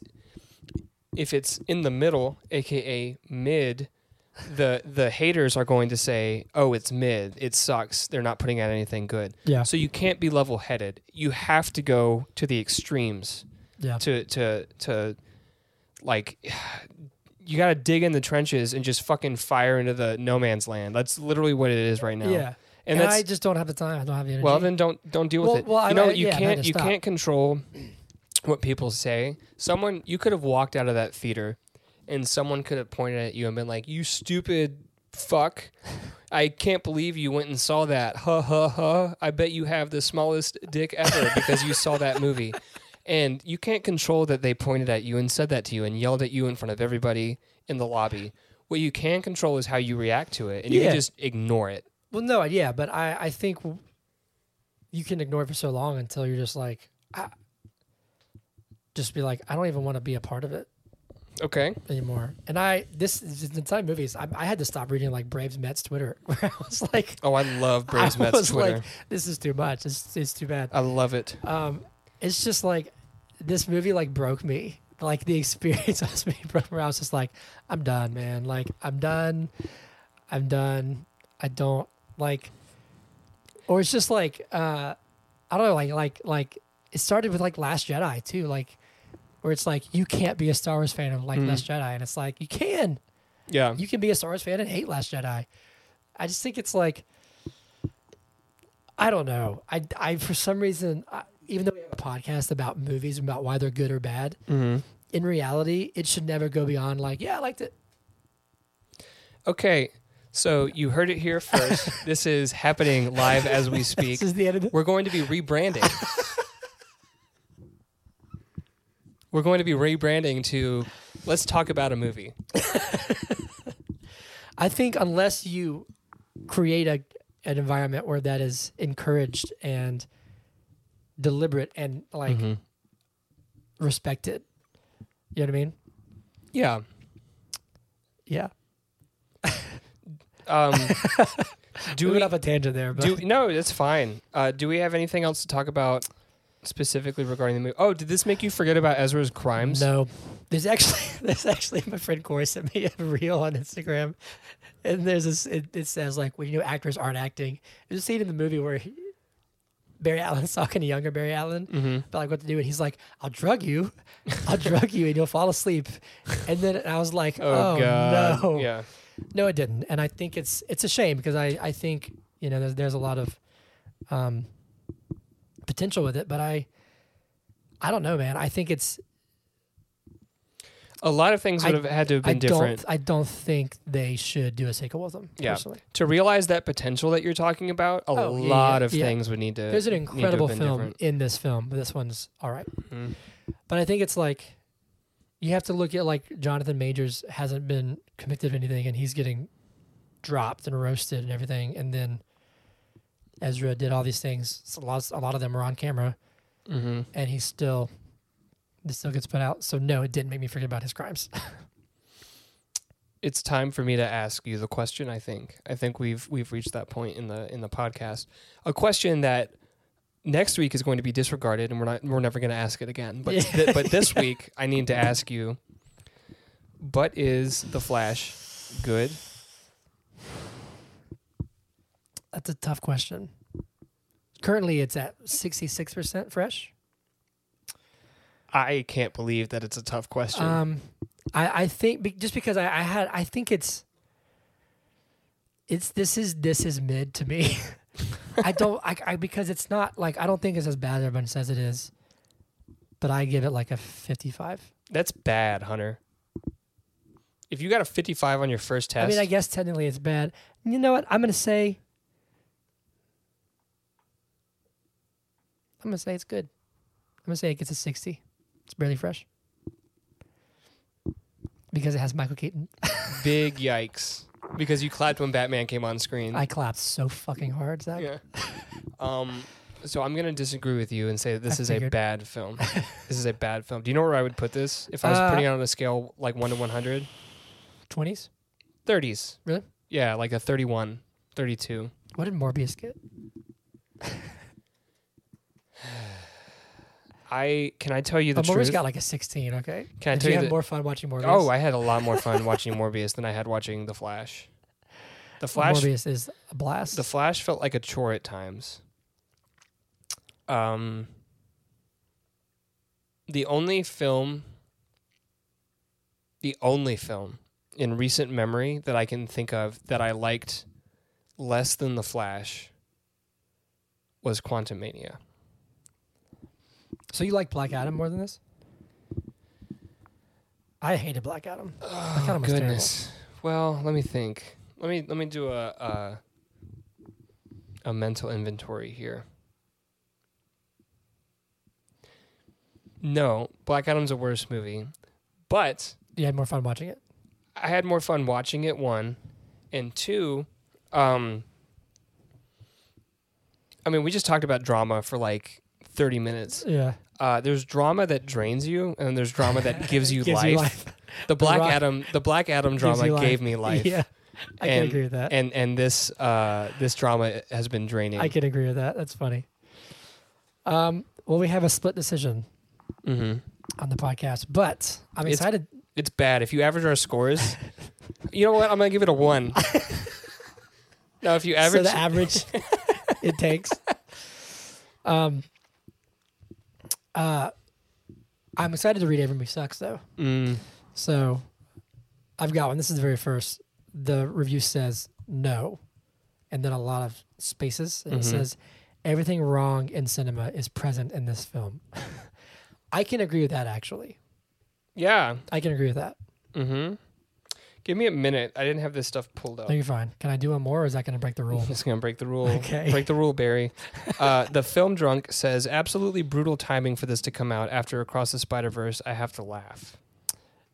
if it's in the middle, aka mid, the the haters are going to say, "Oh, it's mid. It sucks. They're not putting out anything good." yeah, So you can't be level-headed. You have to go to the extremes. yeah, to to to like you got to dig in the trenches and just fucking fire into the no man's land. That's literally what it is right now. yeah. And, And, that's I just don't have the time. I don't have the energy. well then don't don't deal with Well- it. well, I- you know I- you yeah, I've had can't to you stop. can't control what people say. Someone you could have walked out of that theater and someone could have pointed at you and been like, "You stupid fuck. I can't believe you went and saw that. Ha ha ha. I bet you have the smallest dick ever because you saw that movie." And you can't control that they pointed at you and said that to you and yelled at you in front of everybody in the lobby. What you can control is how you react to it, and you Yeah. can just ignore it. Well, no, yeah, but I, I think w- you can ignore it for so long until you're just like, I, just be like, I don't even want to be a part of it Okay. anymore. And I, this is the time movies, I, I had to stop reading like Braves Mets Twitter, where I was like, Oh, I love Braves I Mets was Twitter. like, this is too much. It's, it's too bad. I love it. Um, it's just like this movie like broke me. Like the experience was me broke where I was just like, I'm done, man. Like I'm done. I'm done. I don't like or it's just like uh I don't know, like like like it started with like Last Jedi too, like where it's like you can't be a Star Wars fan of like Mhm. Last Jedi and it's like you can. Yeah. You can be a Star Wars fan and hate Last Jedi. I just think it's like, I don't know. I, I for some reason, I, even though we have a podcast about movies and about why they're good or bad, Mm-hmm. in reality, it should never go beyond like, yeah, I liked it. Okay. So you heard it here first. this is happening live as we speak. This is the end of the. We're going to be rebranding. We're going to be rebranding to let's talk about a movie. I think unless you create a an environment where that is encouraged and deliberate and like Mm-hmm. respected, you know what I mean? Yeah. Yeah. Um, Do do we we went off a tangent there? But do no? It's fine. Uh, do we have anything else to talk about specifically regarding the movie? Oh, did this make you forget about Ezra's crimes? No, there's actually there's actually my friend Corey sent me a reel on Instagram, and there's this it, it says like when you know actors aren't acting. There's a scene in the movie where he, Barry Allen's talking to younger Barry Allen Mm-hmm. about like what to do, and he's like, "I'll drug you, I'll drug you, and you'll fall asleep." And then I was like, Oh, "Oh, God. no, Yeah. no, it didn't." And I think it's it's a shame because I I think you know there's there's a lot of um, potential with it, but I I don't know, man. I think it's A lot of things I- would have had to have been I different. Don't, I don't think they should do a sequel with them. Yeah. Personally. to realize that potential that you're talking about, a Oh, yeah, lot yeah, of yeah. things would need to. There's an need to have incredible been film different. in this film, but this one's all right. Mhm. But I think it's like you have to look at like Jonathan Majors hasn't been convicted of anything and he's getting dropped and roasted and everything. And then Ezra did all these things. So a, lot, a lot of them are on camera Mhm. and he still, this still gets put out. So no, it didn't make me forget about his crimes. It's time for me to ask you the question. I think. I think we've we've reached that point in the in the podcast. A question that next week is going to be disregarded, and we're not we're never going to ask it again. But Yeah. thi- but this week I need to ask you. But is the Flash good? That's a tough question. Currently, it's at 66% fresh. I can't believe that it's a tough question. Um, I, I think be, just because I, I had I think it's it's this is this is mid to me. I don't I, I because it's not like I don't think it's as bad as everyone says it is, but I give it like a fifty-five. That's bad, Hunter. If you got a 55 on your first test, I mean, I guess technically it's bad. You know what? I'm gonna say. I'm gonna say it's good. I'm gonna say it gets a 60. It's barely fresh because it has Michael Keaton. Big yikes. Because you clapped when Batman came on screen. I clapped so fucking hard, Zach. yeah. Um, so I'm gonna disagree with you and say that I this is a figured. bad film. this is a bad film. Do you know where I would put this if I was Uh, putting it on a scale like one to 100? 20s? 30s. Really? Yeah, like a 31, 32. What did Morbius get? I can I tell you the But Oh, Morbius truth? got like a 16, okay? can I did tell you have the, more fun watching Morbius? Oh, I had a lot more fun watching Morbius than I had watching The Flash. The Flash Morbius is a blast. The Flash felt like a chore at times. Um, the only film, the only film in recent memory that I can think of that I liked less than The Flash was Quantum Mania. so you like Black Adam more than this? I hated Black Adam. Oh, Adam was terrible. goodness. Well, let me think. Let me let me do a a, a mental inventory here. No, Black Adam's a worse movie, but You had more fun watching it? I had more fun watching it one, and two, um, I mean, we just talked about drama for like thirty minutes. Yeah. Uh, there's drama that drains you, and there's drama that gives you, life. The Black Rock Adam, the Black Adam gives you drama life. gave me life. Yeah. I can And- agree with that. and and this uh this drama has been draining. I can agree with that. That's funny. Um, well, we have a split decision Mhm. on the podcast, but I'm It's- excited. It's bad. If you average our scores, you know what? I'm gonna give it a one. no, if you average, so the average it takes. Um, uh, I'm excited to read Every Move Sucks, though. Mm, So I've got one. This is the very first. The review says no, and then a lot of spaces. And Mhm. It says everything wrong in cinema is present in this film. I can agree with that, actually. yeah. I can agree with that. Mm-hmm. Give me a minute. I didn't have this stuff pulled up. No, you're fine. Can I do one more, or is that going to break the rule? It's gonna break the rule. Okay. Break the rule, Barry. Uh, the film drunk says absolutely brutal timing for this to come out after Across the Spider Verse. I have to laugh.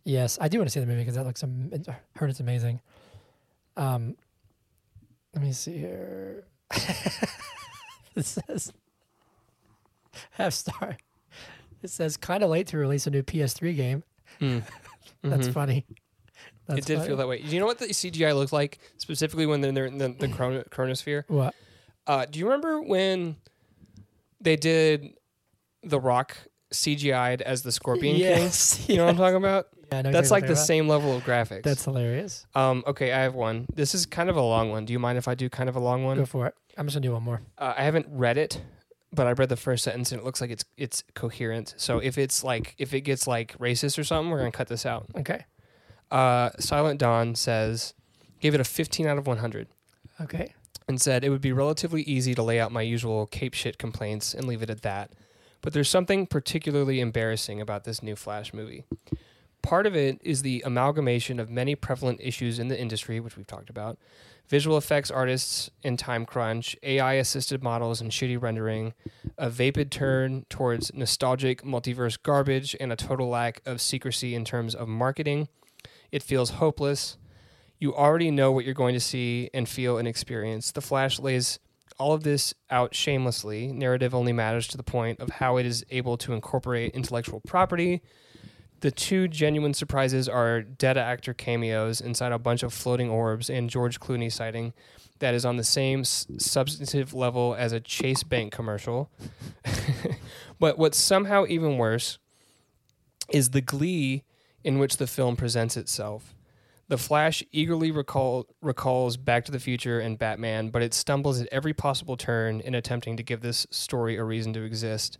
Yes, I do want to see the movie because that looks. Am- I heard it's amazing. Um, let me see here. it says half star. It says kind of late to release a new PS3 game. Mm. That's Mhm. funny. That's it did funny. feel that way. You know what the CGI looked like specifically when they're in the, the, the chrono- chronosphere? What? Uh, do you remember when they did The Rock CGI'd as the Scorpion King? yes. You know what I'm talking about? Yeah, I know That's exactly what like you're the talking same level of graphics. about. That's hilarious. um, okay, I have one. This is kind of a long one. Do you mind if I do kind of a long one? Go for it. I'm just gonna do one more. Uh, I haven't read it, but I read the first sentence and it looks like it's it's coherent. So if it's like if it gets like racist or something, we're gonna cut this out. Okay. Uh, Silent Dawn says, gave it a 15 out of 100. Okay. and said it would be relatively easy to lay out my usual cape shit complaints and leave it at that. But there's something particularly embarrassing about this new Flash movie. Part of it is the amalgamation of many prevalent issues in the industry, which we've talked about visual effects artists and time crunch, AI assisted models and shitty rendering, a vapid turn towards nostalgic multiverse garbage, and a total lack of secrecy in terms of marketing. It feels hopeless. You already know what you're going to see and feel and experience. The Flash lays all of this out shamelessly. Narrative only matters to the point of how it is able to incorporate intellectual property. The two genuine surprises are Data actor cameos inside a bunch of floating orbs and George Clooney sighting that is on the same s- substantive level as a Chase Bank commercial. but what's somehow even worse is the glee in which the film presents itself. The Flash eagerly recall, recalls Back to the Future and Batman, but it stumbles at every possible turn in attempting to give this story a reason to exist.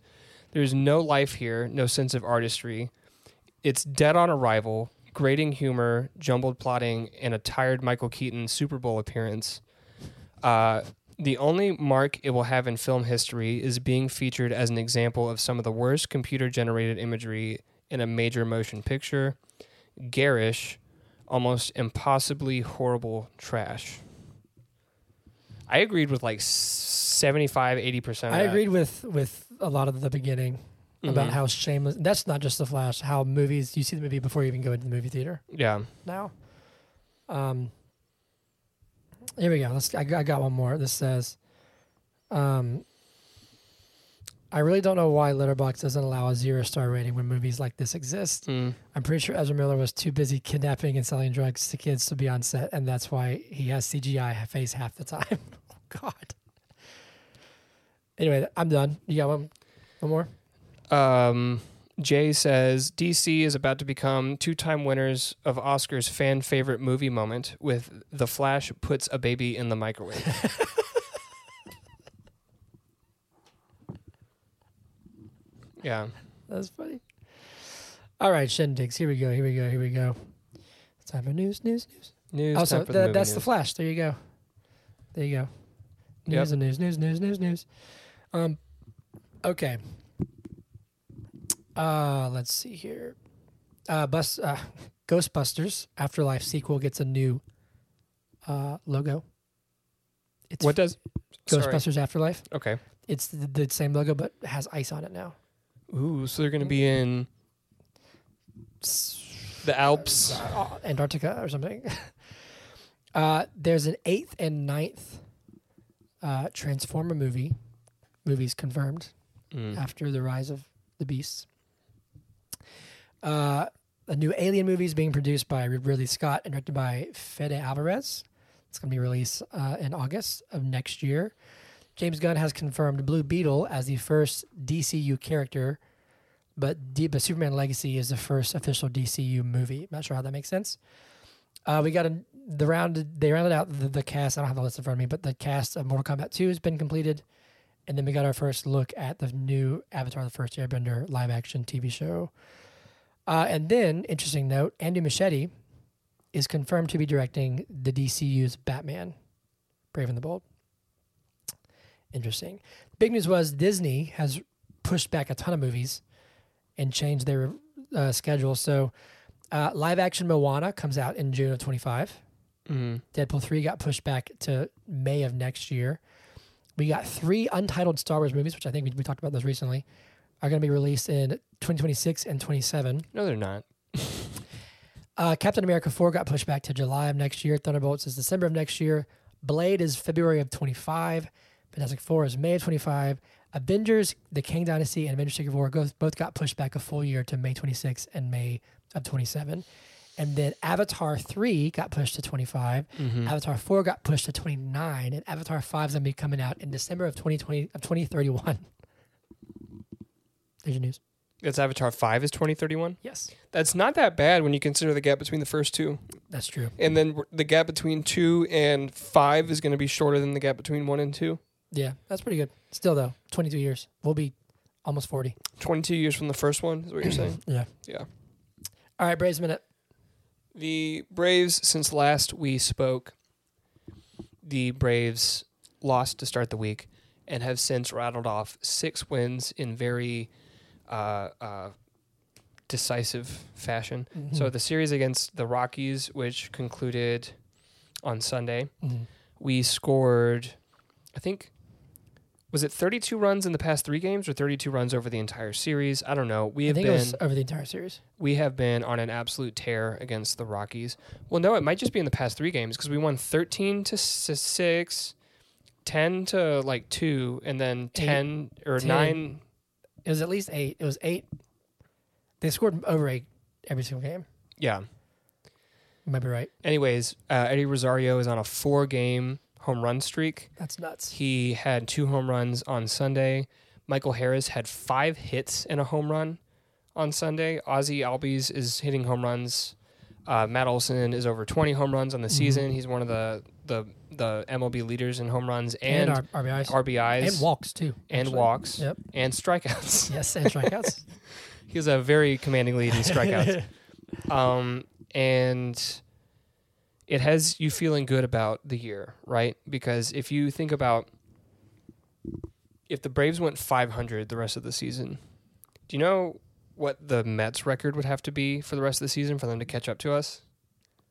There's no life here, no sense of artistry. It's dead on arrival, grating humor, jumbled plotting, and a tired Michael Keaton Super Bowl appearance. Uh, the only mark it will have in film history is being featured as an example of some of the worst computer generated imagery in a major motion picture. Garish, almost impossibly horrible trash. I agreed with like 75, 80% of I that. agreed with with a lot of the beginning about Mhm. how shameless. That's not just the Flash. How movies you see the movie before you even go into the movie theater. Yeah. now. Um, here we go. Let's. I, got- I got one more. This says, um, I really don't know why Letterboxd doesn't allow a zero star rating when movies like this exist. Mm. I'm pretty sure Ezra Miller was too busy kidnapping and selling drugs to kids to be on set, and that's why he has CGI face half the time. oh God. Anyway, I'm done. You got one, one more. Um, Jay says DC is about to become two time winners of Oscar's fan favorite movie moment with The Flash puts a baby in the microwave. yeah. That's funny. All right, shindigs. Here we go. Here we go. Here we go. It's time for news, news, news. News also, time for tha- movie that's the news. flash. There you go. There you go. News Yep. and news, news, news, news, news. Um, okay. Uh, let's see here. Uh, bus. Uh, Ghostbusters Afterlife sequel gets a new uh, logo. It's What does. sorry. Ghostbusters Afterlife. Okay. It's the, the same logo, but has ice on it now. Ooh, so they're going to be in the Alps. uh, Antarctica or something. Uh, there's an eighth and ninth uh, Transformer movie, movies confirmed Mm. after the rise of the beasts. Uh, a new Alien movie is being produced by Ridley Scott and directed by Fede Alvarez. It's going to be released uh, in August of next year. James Gunn has confirmed Blue Beetle as the first DCU character, but, D- but Superman Legacy is the first official DCU movie. Not sure how that makes sense. Uh, we got a, the round. They rounded out the, the cast. I don't have the list in front of me, but the cast of Mortal Kombat 2 has been completed. And then we got our first look at the new Avatar The First Airbender live action TV show. Uh, and then, interesting note Andy Machete is confirmed to be directing the DCU's Batman, Brave and the Bold. Interesting. Big news was Disney has pushed back a ton of movies and changed their uh, schedule. So, uh, live action Moana comes out in June of 25. Mm. Deadpool 3 got pushed back to May of next year. We got three untitled Star Wars movies, which I think we, we talked about those recently, are going to be released in 2026 and 27. No, they're not. Uh, Captain America 4 got pushed back to July of next year. Thunderbolts is December of next year. Blade is February of 25. Fantastic Four is May of 25. Avengers, The Kang Dynasty, and Avengers Secret War both, both got pushed back a full year to May 26 and May of 27. And then Avatar 3 got pushed to 25. Mm. Avatar 4 got pushed to 29. And Avatar 5 is going to be coming out in December of 2020, of 2031. There's your news. It's Avatar 5 is 2031. Yes, That's not that bad when you consider the gap between the first two. that's true. And then we're- the gap between two and five is going to be shorter than the gap between one and two. Yeah, that's pretty good. Still though, 22 years. We'll be almost 40. 22 years from the first one is what you're saying. Yeah. Yeah. All right, Braves minute. The Braves, since last we spoke, the Braves lost to start the week and have since rattled off six wins in very uh, uh, decisive fashion. Mm-hmm. Mm-hmm. So the series against the Rockies, which concluded on Sunday, Mhm. we scored, I think, was it 32 runs in the past three games or 32 runs over the entire series? I don't know. We I have think been it was over the entire series. we have been on an absolute tear against the Rockies. Well, no, it might just be in the past three games because we won 13 to s- 6, 10 to like 2, and then 10 or 10. 9. It was at least 8. It was 8. They scored over 8 every single game. Yeah. You might be right. Anyways, uh, Eddie Rosario is on a four game home run streak. That's nuts. He had two home runs on Sunday. Michael Harris had five hits and a home run on Sunday. Ozzy Albies is hitting home runs. Uh, Matt Olson is over 20 home runs on the Mm-hmm. season. He's one of the, the the MLB leaders in home runs And, and, our RBIs RBIs and walks too. and actually. walks Yep. and strikeouts. Yes, and strikeouts. He has a very commanding lead in strikeouts. um, and it has you feeling good about the year, right? Because if you think about if the Braves went 500 the rest of the season, do you know what the Mets record would have to be for the rest of the season for them to catch up to us?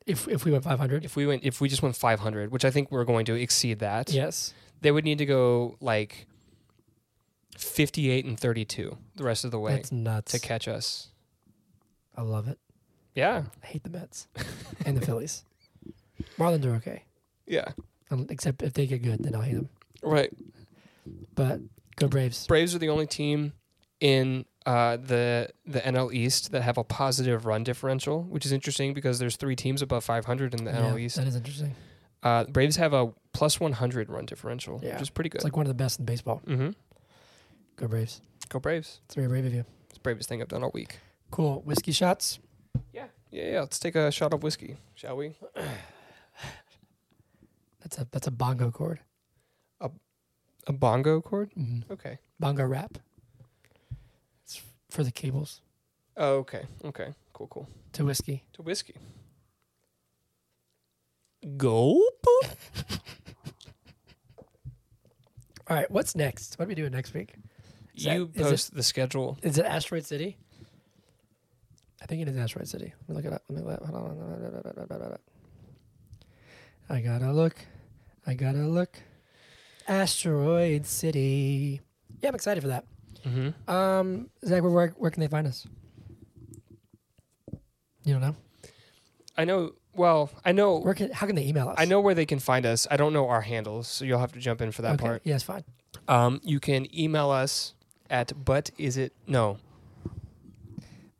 if if we went 500. If we went if we just went 500, which I think we're going to exceed that, Yes. they would need to go like 58 and 32 the rest of the way That's nuts. to catch us. I love it. Yeah. I hate the Mets and the Phillies. Marlins are okay. Yeah. Um, except if they get good, then I'll hate them. Right. But go Go Braves. Braves are the only team in uh, the the NL East that have a positive run differential, which is interesting because there's three teams above 500 in the Yeah, NL East. That is interesting. Uh, Braves have a plus 100 run differential, Yeah. which is pretty good. It's like one of the best in baseball. mm-hmm. Go Braves. Go Braves! It's very brave of you. It's the bravest thing I've done all week. Cool. Whiskey shots. Yeah, yeah, yeah. Let's take a shot of whiskey, shall we? That's a that's a bongo chord. A bongo chord. Mm-hmm. Okay. Bongo rap. It's f- for the cables Oh, okay. Okay. Cool. Cool. to whiskey. To whiskey. Gulp. All right. What's next? What are we doing next week? Is that- You is it- post the schedule. Is it Asteroid City? I think it is Asteroid City. Let me look it up. Let me let, hold on. I gotta look. I gotta look. Asteroid City. Yeah, I'm excited for that. Mm-hmm. Um, Zach, where, where, where can they find us? You don't know? I know. Well, I know. Where can, how can they email us? I know where they can find us. I don't know our handles, so you'll have to jump in for that okay. part. Yeah, it's fine. Um, you can email us at but is it no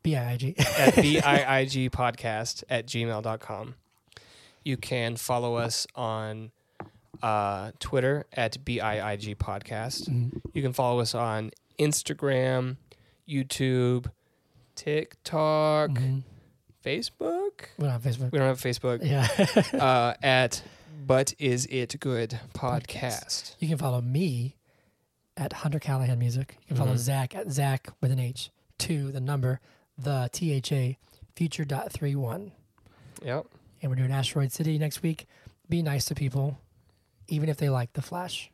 B I I G. at biig podcast at gmail.com. You can follow us on uh, Twitter at biig podcast. Mm-hmm. You can follow us on Instagram, YouTube, TikTok, Mhm. Facebook. We're on Facebook. We don't have Facebook. Yeah. Uh, at but is it good podcast. you can follow me at Hunter Callahan Music. You can follow Mhm. Zach at Zach with an H. Two, the number, the T H A future dot three one. Yep. And we're doing Asteroid City next week. Be nice to people, even if they like the Flash.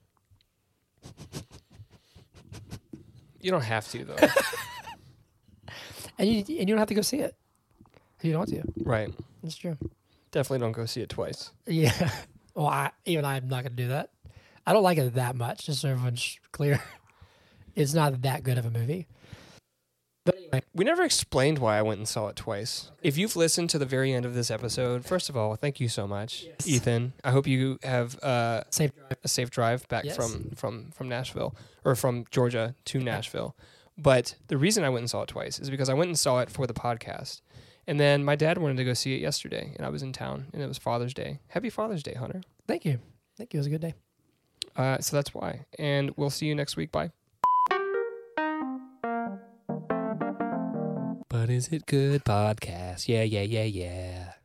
You don't have to though. And you and you don't have to go see it. If you don't want to. right. That's true. Definitely don't go see it twice. Yeah. Well, I, even I'm not going to do that. I don't like it that much, just so everyone's clear. It's not that good of a movie. But anyway, We never explained why I went and saw it twice. If you've listened to the very end of this episode, first of all, thank you so much, Yes. Ethan. I hope you have uh, safe drive. a safe drive back Yes. from from from Nashville or from Georgia to Nashville. But the reason I went and saw it twice is because I went and saw it for the podcast. And then my dad wanted to go see it yesterday, and I was in town, and it was Father's Day. Happy Father's Day, Hunter. Thank you. Thank you. It was a good day. Uh, so that's why. And we'll see you next week. Bye. But is it good podcast? Yeah, yeah, yeah, yeah.